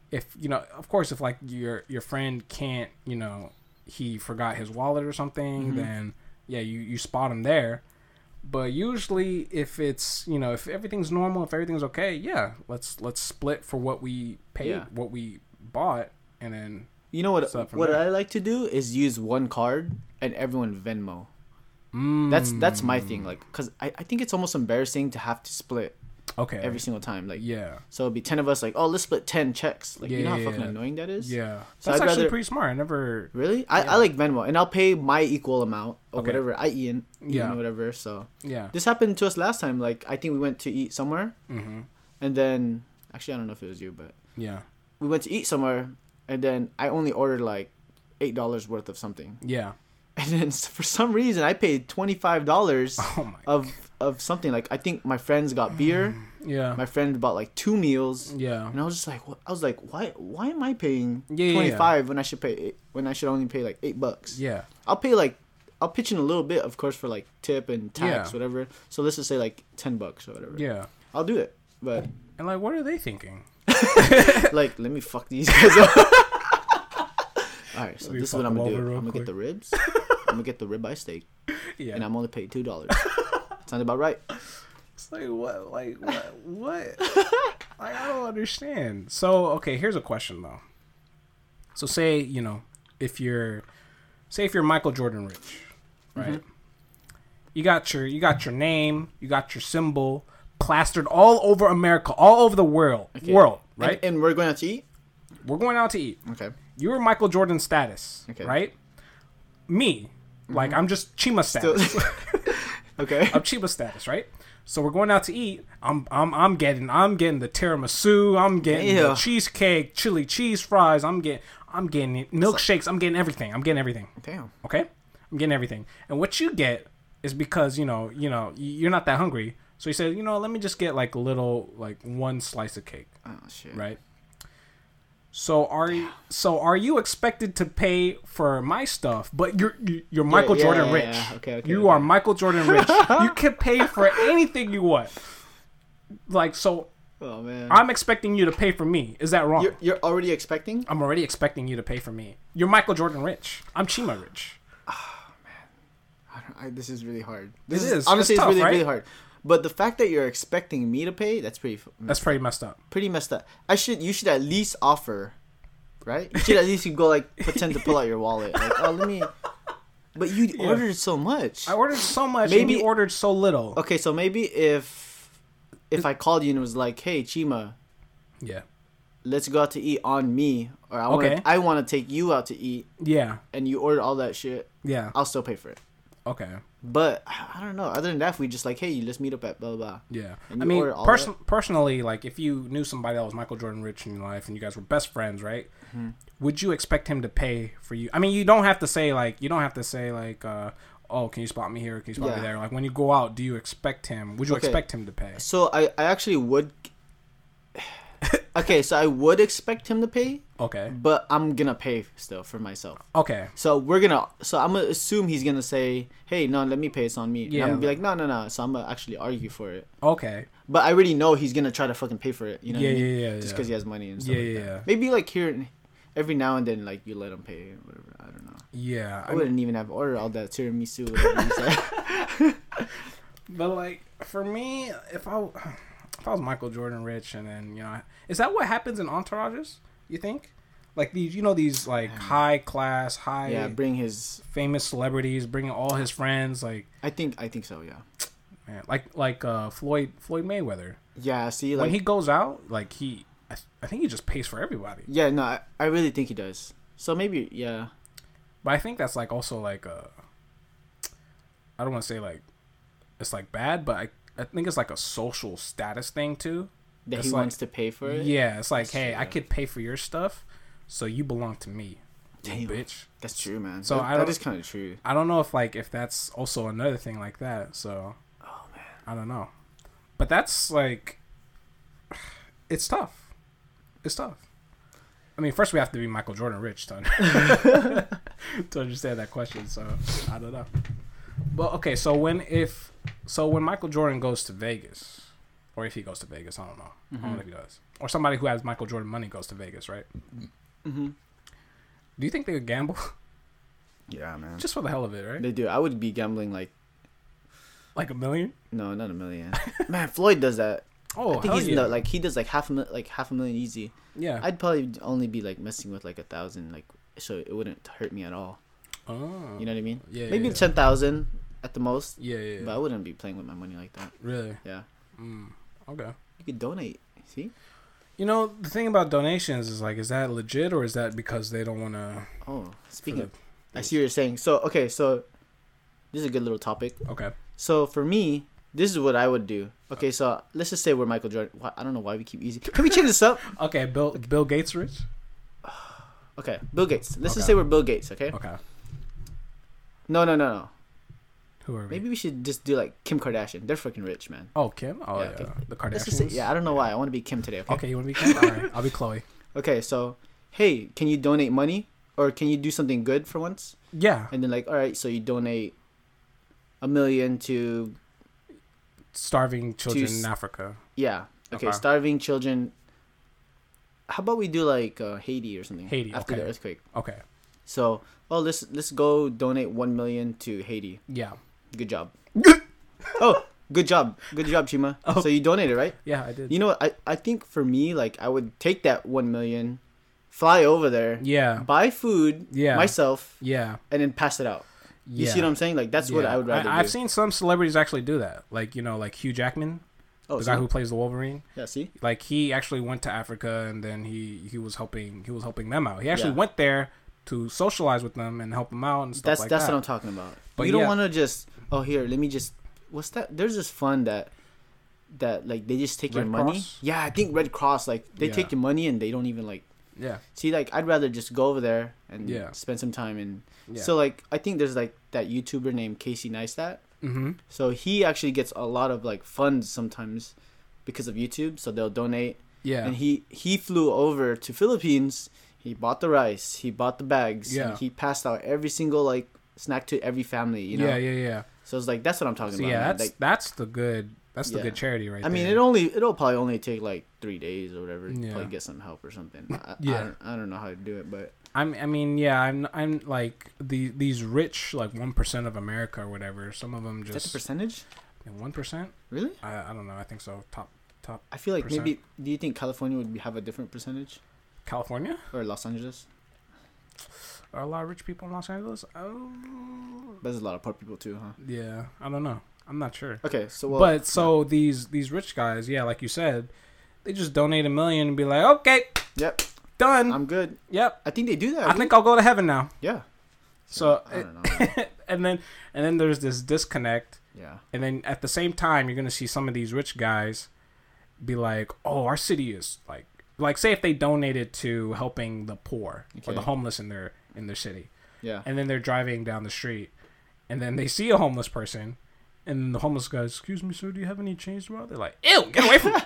Speaker 2: if you know, of course, if like your your friend can't, you know, he forgot his wallet or something,
Speaker 1: Mm-hmm.
Speaker 2: then yeah, you you spot him there. But usually, if it's you know, if everything's normal, if everything's okay, yeah, let's let's split for what we paid,
Speaker 1: Yeah.
Speaker 2: what we bought, and then
Speaker 1: You know what?
Speaker 2: So from
Speaker 1: what
Speaker 2: there-
Speaker 1: I like to do is use one card and everyone
Speaker 2: mm,
Speaker 1: Venmo.
Speaker 2: Hmm.
Speaker 1: That's that's my thing. Like, cause I, I think it's almost embarrassing to have to split.
Speaker 2: Okay.
Speaker 1: every single time. Like
Speaker 2: yeah.
Speaker 1: so, it'd be ten of us. Like oh, let's split ten checks. Like you know how
Speaker 2: Yeah,
Speaker 1: fucking
Speaker 2: yeah.
Speaker 1: annoying that is.
Speaker 2: Yeah.
Speaker 1: So
Speaker 2: That's
Speaker 1: I'd rather-
Speaker 2: actually pretty smart. I never.
Speaker 1: Really? I, I like Venmo, and I'll pay my equal amount or
Speaker 2: Okay.
Speaker 1: whatever I eat, and
Speaker 2: Yeah.
Speaker 1: whatever. So
Speaker 2: Yeah.
Speaker 1: this happened to us last time. Like I think we went to eat somewhere,
Speaker 2: Mm-hmm.
Speaker 1: and then actually I don't know if it was you, but
Speaker 2: Yeah.
Speaker 1: we went to eat somewhere, and then I only ordered like eight dollars worth of something,
Speaker 2: Yeah.
Speaker 1: and then s- for some reason I paid twenty five dollars
Speaker 2: Oh my. Mm.
Speaker 1: of of something. Like I think my friends got beer,
Speaker 2: yeah.
Speaker 1: my friend bought like two meals,
Speaker 2: yeah.
Speaker 1: and I was just like, what? I was like, why why am I paying
Speaker 2: Yeah, yeah, yeah.
Speaker 1: twenty five when I should pay eight, when I should only pay like eight bucks?
Speaker 2: Yeah.
Speaker 1: I'll pay like I'll pitch in a little bit, of course, for like tip and tax,
Speaker 2: Yeah.
Speaker 1: whatever. So let's just say like ten bucks or whatever.
Speaker 2: Yeah.
Speaker 1: I'll do it. But
Speaker 2: And like, what are they thinking?
Speaker 1: like, let me fuck these guys up. All right, so
Speaker 2: Let me
Speaker 1: this is what
Speaker 2: fuck
Speaker 1: I'm gonna
Speaker 2: them
Speaker 1: do.
Speaker 2: over
Speaker 1: I'm
Speaker 2: real
Speaker 1: gonna
Speaker 2: quick.
Speaker 1: get the ribs. I'm gonna get the ribeye steak,
Speaker 2: Yeah.
Speaker 1: and I'm only paid two dollars. Sound about right?
Speaker 2: It's like what? Like what? What? like I don't understand. So okay, here's a question though. So say you know if you're, say if you're Michael Jordan rich,
Speaker 1: Mm-hmm.
Speaker 2: right? You got your you got your name, you got your symbol plastered all over America, all over the world, world,
Speaker 1: And-
Speaker 2: right?
Speaker 1: And, we're going out to eat.
Speaker 2: We're going out to eat.
Speaker 1: Okay.
Speaker 2: You're Michael Jordan status,
Speaker 1: Okay. Mm-hmm.
Speaker 2: right? Me, like I'm just Chima status.
Speaker 1: okay.
Speaker 2: I'm Chiba status, right? So we're going out to eat. I'm I'm I'm getting I'm getting the tiramisu. I'm getting the
Speaker 1: Ew.
Speaker 2: cheesecake, chili cheese fries. I'm getting I'm getting it- milkshakes. I'm getting everything. I'm getting everything.
Speaker 1: Damn.
Speaker 2: Okay, I'm getting everything. And what you get is because you know you know y- you're not that hungry. So you said you know let me just get like a little like one slice of cake,
Speaker 1: Oh shit.
Speaker 2: right? So are you, so are you expected to pay for my stuff? But you're you- you're Michael
Speaker 1: yeah,
Speaker 2: Jordan
Speaker 1: yeah,
Speaker 2: rich.
Speaker 1: yeah. Okay, okay,
Speaker 2: you
Speaker 1: okay.
Speaker 2: are Michael Jordan rich. you can pay for anything you want. Like so,
Speaker 1: Oh man.
Speaker 2: I'm expecting you to pay for me. Is that wrong?
Speaker 1: you're, you're already expecting?
Speaker 2: I'm already expecting you to pay for me. You're Michael Jordan rich. I'm Chima rich.
Speaker 1: I don't, I, this is really hard. This
Speaker 2: is.
Speaker 1: is
Speaker 2: It's
Speaker 1: honestly it's,
Speaker 2: tough,
Speaker 1: really
Speaker 2: right?
Speaker 1: really hard. But the fact that you're expecting me to pay, that's pretty f-
Speaker 2: That's pretty messed up.
Speaker 1: pretty messed up. I should you should at least offer, right? You should at least go like pretend to pull out your wallet, like oh let me. But you ordered so much.
Speaker 2: I ordered so much. Maybe
Speaker 1: Maybe-
Speaker 2: ordered so little.
Speaker 1: okay, so maybe if if I called you and was like, hey Chima,
Speaker 2: Yeah.
Speaker 1: let's go out to eat on me, or I want
Speaker 2: Okay.
Speaker 1: to I want to take you out to eat,
Speaker 2: Yeah.
Speaker 1: and you order all that shit,
Speaker 2: Yeah.
Speaker 1: I'll still pay for it.
Speaker 2: Okay.
Speaker 1: But I I don't know. Other than that, if we just like, hey, let's meet up at blah blah. blah.
Speaker 2: Yeah,
Speaker 1: And
Speaker 2: I
Speaker 1: you
Speaker 2: mean,
Speaker 1: order all
Speaker 2: person- personally, like if you knew somebody that was Michael Jordan rich in your life and you guys were best friends, right?
Speaker 1: Mm-hmm.
Speaker 2: Would you expect him to pay for you? I mean, you don't have to say like you don't have to say like, uh, oh, can you spot me here? Can you spot me
Speaker 1: Yeah.
Speaker 2: there? Like when you go out, do you expect him? Would you
Speaker 1: Okay.
Speaker 2: expect him to pay?
Speaker 1: So I I actually would. okay, so I would expect him to pay,
Speaker 2: Okay,
Speaker 1: but I'm gonna pay still for myself.
Speaker 2: okay,
Speaker 1: So we're gonna. So I'm gonna assume he's gonna say, "Hey, no, let me pay. It's on me." Yeah.
Speaker 2: Yeah.
Speaker 1: I'm gonna be like, "No, no, no." So I'm gonna actually argue for it.
Speaker 2: okay.
Speaker 1: But I already know he's gonna try to fucking pay for it. You know?
Speaker 2: Yeah,
Speaker 1: what I
Speaker 2: yeah,
Speaker 1: mean?
Speaker 2: yeah,
Speaker 1: Just
Speaker 2: yeah.
Speaker 1: because he has money and stuff.
Speaker 2: Yeah,
Speaker 1: like
Speaker 2: yeah,
Speaker 1: that.
Speaker 2: yeah,
Speaker 1: Maybe like here, and- every now and then, like you let him pay or whatever. I don't know.
Speaker 2: yeah.
Speaker 1: I
Speaker 2: I mean,
Speaker 1: wouldn't even have ordered all that tiramisu. Whatever you said.
Speaker 2: but like for me, if I if I was Michael Jordan rich, and then you know, is that what happens in entourages? You think? Like these, you know, these like high class, high
Speaker 1: Um, yeah, bring his.
Speaker 2: famous celebrities, bringing all his friends, like
Speaker 1: I think. I think so. Yeah.
Speaker 2: man, like like uh, Floyd Floyd Mayweather.
Speaker 1: Yeah. See, like
Speaker 2: when he goes out, like he, I, th- I think he just pays for everybody.
Speaker 1: Yeah, no, I, I really think he does. So maybe, yeah,
Speaker 2: But I think that's like also like uh, I don't want to say like it's like bad, but I I think it's like a social status thing too.
Speaker 1: that
Speaker 2: It's
Speaker 1: he
Speaker 2: like-
Speaker 1: wants to pay for it.
Speaker 2: Yeah, it's like hey, I
Speaker 1: true.
Speaker 2: could pay for your stuff, so you belong to me,
Speaker 1: Damn.
Speaker 2: bitch.
Speaker 1: that's true, man.
Speaker 2: So
Speaker 1: So that,
Speaker 2: I don't-
Speaker 1: that is kind of true.
Speaker 2: I don't know if like if that's also another thing like that. So,
Speaker 1: Oh,
Speaker 2: I don't know, but that's like, it's tough. It's tough. I mean, first we have to be Michael Jordan rich to, to understand that question. So I don't know. Well, okay. So when if so when Michael Jordan goes to Vegas, or if he goes to Vegas, I don't know. I don't know if he does. Or somebody who has Michael Jordan money goes to Vegas, right?
Speaker 1: Mm-hmm.
Speaker 2: Do you think they would gamble
Speaker 1: Yeah, man.
Speaker 2: just for the hell of it, right?
Speaker 1: They do. I would be gambling like
Speaker 2: Like a million?
Speaker 1: no, not a million. man, Floyd does that.
Speaker 2: Oh,
Speaker 1: I think
Speaker 2: hell
Speaker 1: he's
Speaker 2: yeah.
Speaker 1: in the, like he does like half a mil- like half a million easy.
Speaker 2: yeah.
Speaker 1: I'd probably only be like messing with like a thousand, like so it wouldn't hurt me at all.
Speaker 2: Oh.
Speaker 1: You know what I mean?
Speaker 2: Yeah.
Speaker 1: Maybe
Speaker 2: yeah.
Speaker 1: ten thousand at the most,
Speaker 2: Yeah, yeah. yeah.
Speaker 1: but I wouldn't be playing with my money like that.
Speaker 2: really?
Speaker 1: Yeah.
Speaker 2: Mm. Okay.
Speaker 1: You could donate. See?
Speaker 2: You know, the thing about donations is like, is that legit or is that because they don't want to?
Speaker 1: Oh, speaking of, I see what you're saying. So okay, so this is a good little topic.
Speaker 2: Okay.
Speaker 1: So for me, this is what I would do. Okay, so let's just say we're Michael Jordan. Why- I don't know why we keep using. Can we change this up?
Speaker 2: Okay. Bill Bill Gates rich.
Speaker 1: Okay, Bill Gates. Let's just
Speaker 2: Okay.
Speaker 1: say we're Bill Gates. Okay.
Speaker 2: Okay.
Speaker 1: No, no, no, no.
Speaker 2: Who are we?
Speaker 1: Maybe we should just do like Kim Kardashian. They're freaking rich, man.
Speaker 2: Oh, Kim. Oh, yeah.
Speaker 1: Yeah, okay.
Speaker 2: The
Speaker 1: Let's just say,
Speaker 2: Kardashians.
Speaker 1: yeah, I don't know why. I want to be Kim today. Okay.
Speaker 2: Okay, you want to be Kim? All right, I'll be Chloe.
Speaker 1: Okay, so hey, can you donate money or can you do something good for once?
Speaker 2: Yeah.
Speaker 1: And then like, all right, so you donate a million to
Speaker 2: Starving children
Speaker 1: s-
Speaker 2: in Africa.
Speaker 1: yeah, okay,
Speaker 2: Okay.
Speaker 1: starving children. How about we do like uh, Haiti or something?
Speaker 2: Haiti,
Speaker 1: after the
Speaker 2: okay.
Speaker 1: earthquake.
Speaker 2: Okay.
Speaker 1: So, oh, let's let's go donate one million to Haiti.
Speaker 2: Yeah.
Speaker 1: Good job. oh, good job, good job, Chima.
Speaker 2: Oh.
Speaker 1: So you donated, right?
Speaker 2: Yeah, I did.
Speaker 1: You know, what? I I think for me, like, I would take that one million, fly over there,
Speaker 2: yeah.
Speaker 1: buy food
Speaker 2: Yeah.
Speaker 1: myself,
Speaker 2: Yeah.
Speaker 1: and then pass it out. You
Speaker 2: yeah.
Speaker 1: see what I'm saying? Like that's what
Speaker 2: Yeah.
Speaker 1: I would rather
Speaker 2: I,
Speaker 1: do.
Speaker 2: have seen some celebrities actually do that. Like, you know, like Hugh Jackman,
Speaker 1: oh,
Speaker 2: the
Speaker 1: see?
Speaker 2: guy who plays the Wolverine.
Speaker 1: yeah, see,
Speaker 2: Like he actually went to Africa and then he he was helping he was helping them out. He actually
Speaker 1: Yeah.
Speaker 2: went there to socialize with them and help them out and stuff
Speaker 1: that's
Speaker 2: like
Speaker 1: that's
Speaker 2: that.
Speaker 1: what I'm talking about.
Speaker 2: But
Speaker 1: you don't
Speaker 2: yeah.
Speaker 1: want to just oh here, let me just what's that? There's this fund that that like they just take your
Speaker 2: Red
Speaker 1: money.
Speaker 2: Cross?
Speaker 1: Yeah, I think Red Cross like they
Speaker 2: Yeah.
Speaker 1: take your money and they don't even like
Speaker 2: yeah.
Speaker 1: see like I'd rather just go over there and
Speaker 2: Yeah.
Speaker 1: spend some time and
Speaker 2: Yeah.
Speaker 1: so like I think there's like that YouTuber named Casey Neistat.
Speaker 2: Mm-hmm.
Speaker 1: So he actually gets a lot of like funds sometimes because of YouTube. So they'll donate
Speaker 2: Yeah.
Speaker 1: and he he flew over to Philippines. He bought the rice. He bought the bags.
Speaker 2: Yeah.
Speaker 1: And he passed out every single like snack to every family. You know.
Speaker 2: Yeah, yeah, yeah.
Speaker 1: So it's like that's what I'm talking
Speaker 2: So
Speaker 1: about.
Speaker 2: yeah,
Speaker 1: man.
Speaker 2: that's
Speaker 1: like,
Speaker 2: that's the good that's the
Speaker 1: Yeah.
Speaker 2: good charity right
Speaker 1: I
Speaker 2: there.
Speaker 1: mean, it only it'll probably only take like three days or whatever
Speaker 2: Yeah.
Speaker 1: to like, get some help or something. I,
Speaker 2: Yeah.
Speaker 1: I don't, I don't know how to do it, but
Speaker 2: I'm, I mean, yeah, I'm, I'm like the these rich, like one percent of America or whatever. Some of them
Speaker 1: is that the
Speaker 2: just
Speaker 1: percentage?
Speaker 2: one percent.
Speaker 1: Really?
Speaker 2: I, I don't know. I think so. Top, top
Speaker 1: I feel like
Speaker 2: Percent.
Speaker 1: maybe. Do you think California would be- have a different percentage
Speaker 2: California
Speaker 1: or Los Angeles?
Speaker 2: are a lot of rich people in Los Angeles. Oh,
Speaker 1: But there's a lot of poor people too, huh?
Speaker 2: yeah. I don't know. I'm not sure.
Speaker 1: Okay, so well,
Speaker 2: but so these these rich guys, yeah, like you said, they just donate a million and be like, okay,
Speaker 1: yep,
Speaker 2: done.
Speaker 1: I'm good.
Speaker 2: yep.
Speaker 1: I think they do that.
Speaker 2: I
Speaker 1: right?
Speaker 2: think I'll go to heaven now.
Speaker 1: yeah.
Speaker 2: So
Speaker 1: I don't know.
Speaker 2: and then and then there's this disconnect
Speaker 1: yeah.
Speaker 2: And then at the same time, you're gonna see some of these rich guys be like, "Oh, our city is like, like say if they donated to helping the poor or
Speaker 1: Okay.
Speaker 2: the homeless in their in their city,
Speaker 1: Yeah.
Speaker 2: and then they're driving down the street, and then they see a homeless person, and the homeless guy, excuse me, sir, do you have any change tomorrow? They're like, "Ew, get away from me!"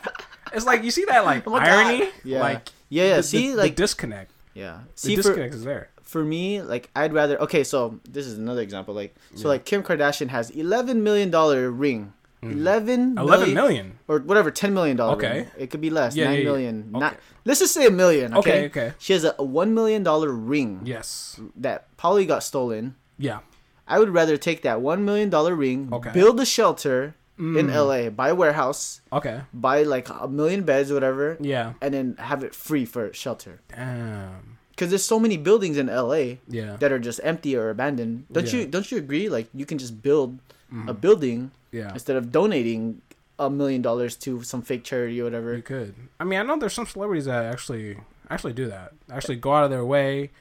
Speaker 2: it's like you see that like
Speaker 1: my God.
Speaker 2: irony,
Speaker 1: Yeah.
Speaker 2: like
Speaker 1: Yeah, yeah,
Speaker 2: the- the-
Speaker 1: see,
Speaker 2: the
Speaker 1: like-
Speaker 2: disconnect,
Speaker 1: Yeah.
Speaker 2: the
Speaker 1: See, for,
Speaker 2: disconnect is there.
Speaker 1: for me, like, I'd rather. Okay, so this is another example. Like, so, like, Kim Kardashian has $11 million ring. Eleven,
Speaker 2: Mm-hmm.
Speaker 1: million-
Speaker 2: Eleven million.
Speaker 1: Or whatever, $10 million.
Speaker 2: Okay.
Speaker 1: ring. It could be less,
Speaker 2: Yeah,
Speaker 1: nine
Speaker 2: yeah, yeah.
Speaker 1: million,
Speaker 2: Okay.
Speaker 1: Not, let's just say a million. Okay.
Speaker 2: Okay, okay.
Speaker 1: She has a $1 million ring
Speaker 2: Yes.
Speaker 1: that probably got stolen.
Speaker 2: Yeah.
Speaker 1: I would rather take that $1 million ring,
Speaker 2: Okay. Mm.
Speaker 1: build a shelter in LA, buy a warehouse,
Speaker 2: Okay.
Speaker 1: buy like a million beds, whatever,
Speaker 2: Yeah.
Speaker 1: and then have it free for shelter.
Speaker 2: Damn.
Speaker 1: because there's so many buildings in LA
Speaker 2: Yeah.
Speaker 1: that are just empty or abandoned. Don't
Speaker 2: Yeah. Mm-hmm.
Speaker 1: you don't you agree? Like you can just build a building
Speaker 2: Yeah.
Speaker 1: instead of donating a million dollars to some fake charity or whatever.
Speaker 2: You could. I mean, I know there's some celebrities that actually actually do that. Actually go out of their way,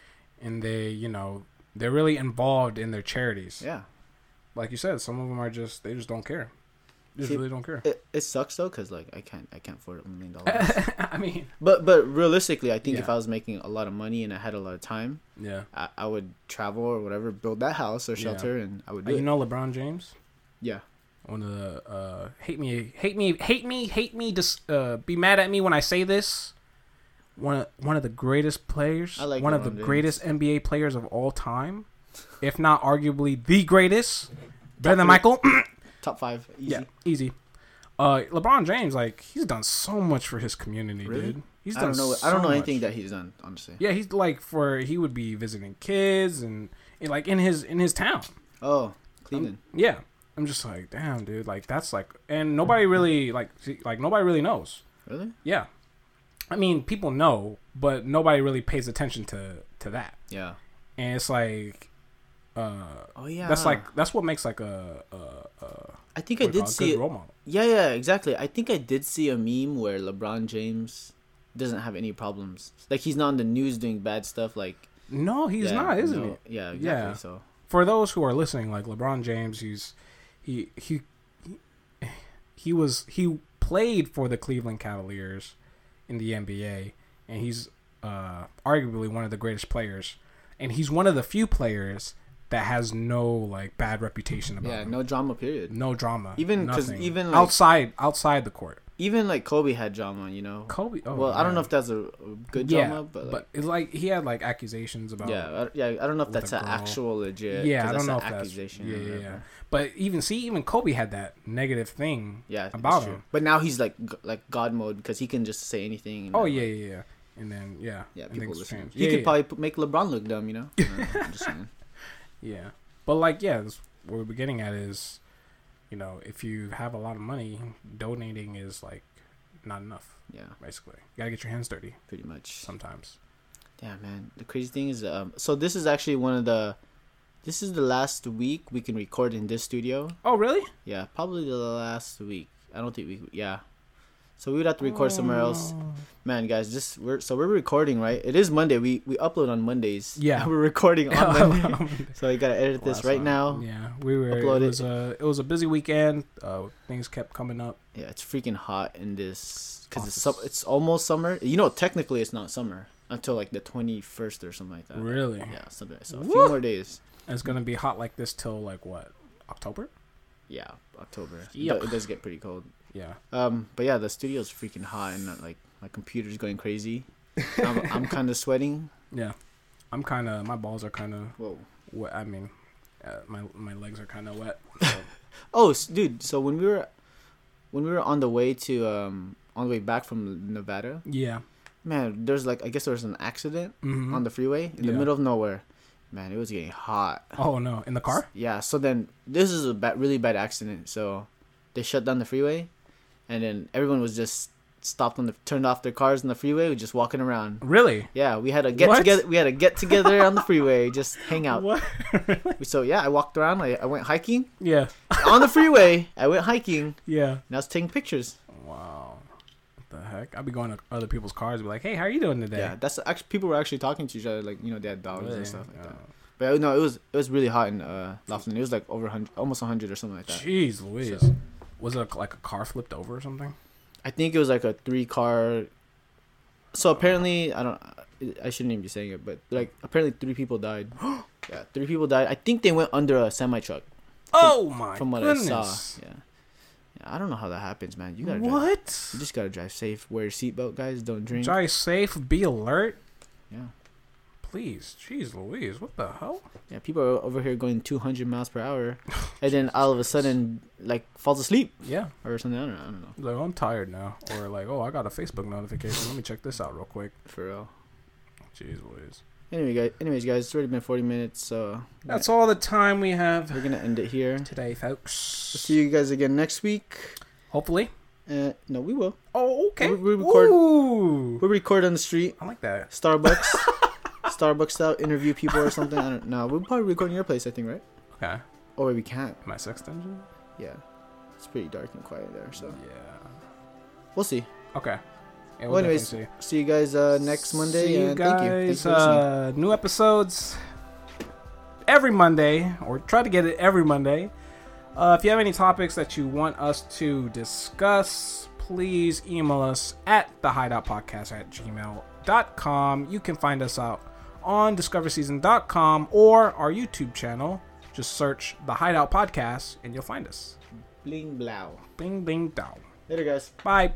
Speaker 2: and they, you know, they're really involved in their charities.
Speaker 1: Yeah,
Speaker 2: Like you said, some of them are just they just don't care. They just
Speaker 1: See-
Speaker 2: really don't care.
Speaker 1: it, it sucks though because like I can't I can't afford a million dollars.
Speaker 2: I mean,
Speaker 1: but but realistically, I think if
Speaker 2: Yeah.
Speaker 1: I was making a lot of money and I had a lot of time,
Speaker 2: yeah.
Speaker 1: I, I would travel or whatever, build that house or
Speaker 2: Yeah.
Speaker 1: shelter, and I would do
Speaker 2: Uh, you
Speaker 1: it.
Speaker 2: know LeBron James,
Speaker 1: yeah,
Speaker 2: one of the uh, hate me, hate me, hate me, hate me. Just uh, be mad at me when I say this. One of, one of the greatest players,
Speaker 1: I like
Speaker 2: one of the
Speaker 1: LeBron James.
Speaker 2: greatest NBA players of all time, if not arguably the greatest, better than Michael.
Speaker 1: top five easy.
Speaker 2: Yeah, easy. Uh, LeBron James, like he's done so much for his community,
Speaker 1: Really?
Speaker 2: dude. He's
Speaker 1: I
Speaker 2: done.
Speaker 1: don't know.
Speaker 2: So
Speaker 1: I don't know anything
Speaker 2: much.
Speaker 1: that he's done. Honestly.
Speaker 2: Yeah, he's like for he would be visiting kids and, and, like in his in his town.
Speaker 1: Oh, Cleveland.
Speaker 2: Yeah, I'm just like, damn, dude. Like that's like, and nobody really like see- like nobody really knows.
Speaker 1: really?
Speaker 2: Yeah, I mean people know, but nobody really pays attention to to that.
Speaker 1: Yeah.
Speaker 2: And it's like, uh,
Speaker 1: Oh yeah.
Speaker 2: that's like that's what makes like a, a, a
Speaker 1: I think I
Speaker 2: Like, a
Speaker 1: did see
Speaker 2: good
Speaker 1: it.
Speaker 2: role model.
Speaker 1: Yeah, yeah, exactly. I think I did see a meme where LeBron James doesn't have any problems. Like he's not on the news doing bad stuff. Like
Speaker 2: No, he's
Speaker 1: yeah,
Speaker 2: not, isn't
Speaker 1: no-
Speaker 2: he?
Speaker 1: Yeah, exactly.
Speaker 2: Yeah.
Speaker 1: So
Speaker 2: for those who are listening, like LeBron James, he's he he he- he was he played for the Cleveland Cavaliers in the NBA, and he's uh, arguably one of the greatest players, and he's one of the few players that has no like bad reputation about
Speaker 1: yeah,
Speaker 2: him.
Speaker 1: no drama. Period.
Speaker 2: No drama.
Speaker 1: Even- 'cause
Speaker 2: nothing.
Speaker 1: even, like-
Speaker 2: outside outside the court,
Speaker 1: Even like Kobe had drama. You know.
Speaker 2: Kobe. Oh,
Speaker 1: well, I don't
Speaker 2: yeah.
Speaker 1: know if that's a a good
Speaker 2: yeah,
Speaker 1: drama, but, like,
Speaker 2: it's like he had like accusations about
Speaker 1: yeah, I, yeah, I don't know if
Speaker 2: with a
Speaker 1: that's an
Speaker 2: girl.
Speaker 1: actual legit.
Speaker 2: uh, yeah,
Speaker 1: 'cause
Speaker 2: I don't know
Speaker 1: an
Speaker 2: if that's
Speaker 1: accusation.
Speaker 2: yeah,
Speaker 1: or
Speaker 2: yeah, yeah.
Speaker 1: whatever.
Speaker 2: But even see, even Kobe had that negative thing
Speaker 1: Yeah, it's
Speaker 2: about
Speaker 1: true.
Speaker 2: him.
Speaker 1: But now he's like g- like God mode because he can just say anything. and,
Speaker 2: Oh
Speaker 1: uh,
Speaker 2: yeah, yeah, yeah. And then yeah,
Speaker 1: Yeah,
Speaker 2: and
Speaker 1: people
Speaker 2: things
Speaker 1: listen.
Speaker 2: change.
Speaker 1: He
Speaker 2: yeah,
Speaker 1: could
Speaker 2: yeah,
Speaker 1: probably put, make LeBron look dumb, you know. I don't know, I'm just saying.
Speaker 2: yeah. But like yeah, that's what we're getting at is, you know, if you have a lot of money, donating is like not enough.
Speaker 1: yeah,
Speaker 2: Basically, you gotta get your hands dirty
Speaker 1: pretty much.
Speaker 2: sometimes.
Speaker 1: Yeah, man. The crazy thing is, um, so this is actually one of the, this is the last week we can record in this studio.
Speaker 2: Oh really?
Speaker 1: Yeah, probably the last week. I don't think we. Yeah, so we would have to record somewhere
Speaker 2: Oh.
Speaker 1: else. Man, guys, this we're so we're recording right. It is Monday. We we upload on Mondays.
Speaker 2: Yeah.
Speaker 1: we're recording on Monday. so I gotta edit this
Speaker 2: Last
Speaker 1: right
Speaker 2: time.
Speaker 1: now. Yeah.
Speaker 2: Yeah, we were. It
Speaker 1: Upload it.
Speaker 2: was a it was a busy weekend. Uh, things kept coming up.
Speaker 1: it's freaking hot in this because it's
Speaker 2: Awesome.
Speaker 1: su- it's almost summer. You know, technically it's not summer until like the twenty first or something like that.
Speaker 2: Really?
Speaker 1: Uh, Yeah, something. So a
Speaker 2: Woo!
Speaker 1: few more days.
Speaker 2: And it's gonna be hot like this till like what October?
Speaker 1: Yeah, October.
Speaker 2: Yep.
Speaker 1: It, do- it does get pretty cold.
Speaker 2: Yeah.
Speaker 1: Um, but yeah, the studio's freaking hot and uh, like my computer's going crazy. I'm, I'm kind of sweating.
Speaker 2: Yeah. I'm kind of my balls are kind of
Speaker 1: Whoa.
Speaker 2: wet. I mean, uh, my my legs are kind of wet. So.
Speaker 1: Oh, s- dude. So when we were, when we were on the way to um on the way back from Nevada,
Speaker 2: yeah.
Speaker 1: man, there's like I guess there was an accident
Speaker 2: Mm-hmm.
Speaker 1: on the freeway in the
Speaker 2: Yeah.
Speaker 1: middle of nowhere. Man, it was getting hot.
Speaker 2: oh no, in the car?
Speaker 1: Yeah. So then this is a ba- really bad accident. So they shut down the freeway, and then everyone was just stopped on the turned off their cars on the freeway, just walking around.
Speaker 2: Really?
Speaker 1: Yeah, we had a get
Speaker 2: What?
Speaker 1: together. We had a get together on the freeway, just hang out.
Speaker 2: What?
Speaker 1: So yeah, I walked around. I, I went hiking
Speaker 2: Yeah.
Speaker 1: on the freeway. I went hiking,
Speaker 2: Yeah.
Speaker 1: and I was taking pictures.
Speaker 2: Wow. What the heck? I'd be going to other people's cars and be like, "Hey, how are you doing today?"
Speaker 1: Yeah, that's actually people were actually talking to each other, like you know they had dogs
Speaker 2: Really?
Speaker 1: and stuff like that.
Speaker 2: Oh.
Speaker 1: But uh, no, it was it was really hot in uh, Laughlin. It was like over hundred, almost hundred or something like that.
Speaker 2: Jeez Louise. Was it like a car flipped over or something?
Speaker 1: I think it was like a three car. So apparently, I don't. I shouldn't even be saying it, but like apparently three people died. yeah, three people died. I think they went under a semi truck.
Speaker 2: oh my
Speaker 1: from what
Speaker 2: goodness.
Speaker 1: I saw. Yeah. yeah, I don't know how that happens, man. You gotta Drive,
Speaker 2: What?
Speaker 1: you just gotta drive safe. Wear your seatbelt, guys. Don't drink.
Speaker 2: Drive safe, be alert.
Speaker 1: Yeah,
Speaker 2: Please, jeez Louise, what the hell?
Speaker 1: yeah. People are over here going 200 miles per hour, and then all of a sudden, like falls asleep
Speaker 2: Yeah.
Speaker 1: or something. I don't know. I don't know.
Speaker 2: Like, I'm tired now. Or like, oh, I got a Facebook notification. Let me check this out real quick.
Speaker 1: For real.
Speaker 2: Jeez Louise.
Speaker 1: Anyway, guys. Anyways, guys. It's already been 40 minutes, so
Speaker 2: That's all the time we have
Speaker 1: we're gonna end it here.
Speaker 2: today, folks.
Speaker 1: See you guys again next week.
Speaker 2: Hopefully.
Speaker 1: Uh, no, we will.
Speaker 2: Oh, okay.
Speaker 1: We- we record-
Speaker 2: Ooh.
Speaker 1: We'll record on the street,
Speaker 2: I like that.
Speaker 1: Starbucks, Starbucks style. Interview people or something. I don't know. We'll probably record in your place, I think, right?
Speaker 2: Okay.
Speaker 1: Or wait, we can't.
Speaker 2: My sex dungeon?
Speaker 1: Yeah, it's pretty dark and quiet there, so
Speaker 2: Yeah.
Speaker 1: we'll see.
Speaker 2: Okay. Yeah,
Speaker 1: Well, anyways,
Speaker 2: definitely
Speaker 1: See you guys uh, next Monday.
Speaker 2: See you
Speaker 1: and
Speaker 2: guys.
Speaker 1: Thank you. Thanks for listening.
Speaker 2: uh, new episodes every Monday, or try to get it every Monday. Uh, if you have any topics that you want us to discuss, please email us at the hideout podcast at gmail.com. You can find us out on discoverseason.com or our YouTube channel. Just search the hideout podcast and you'll find us.
Speaker 1: Bling blow.
Speaker 2: Bing, bing, down.
Speaker 1: Later, guys.
Speaker 2: Bye.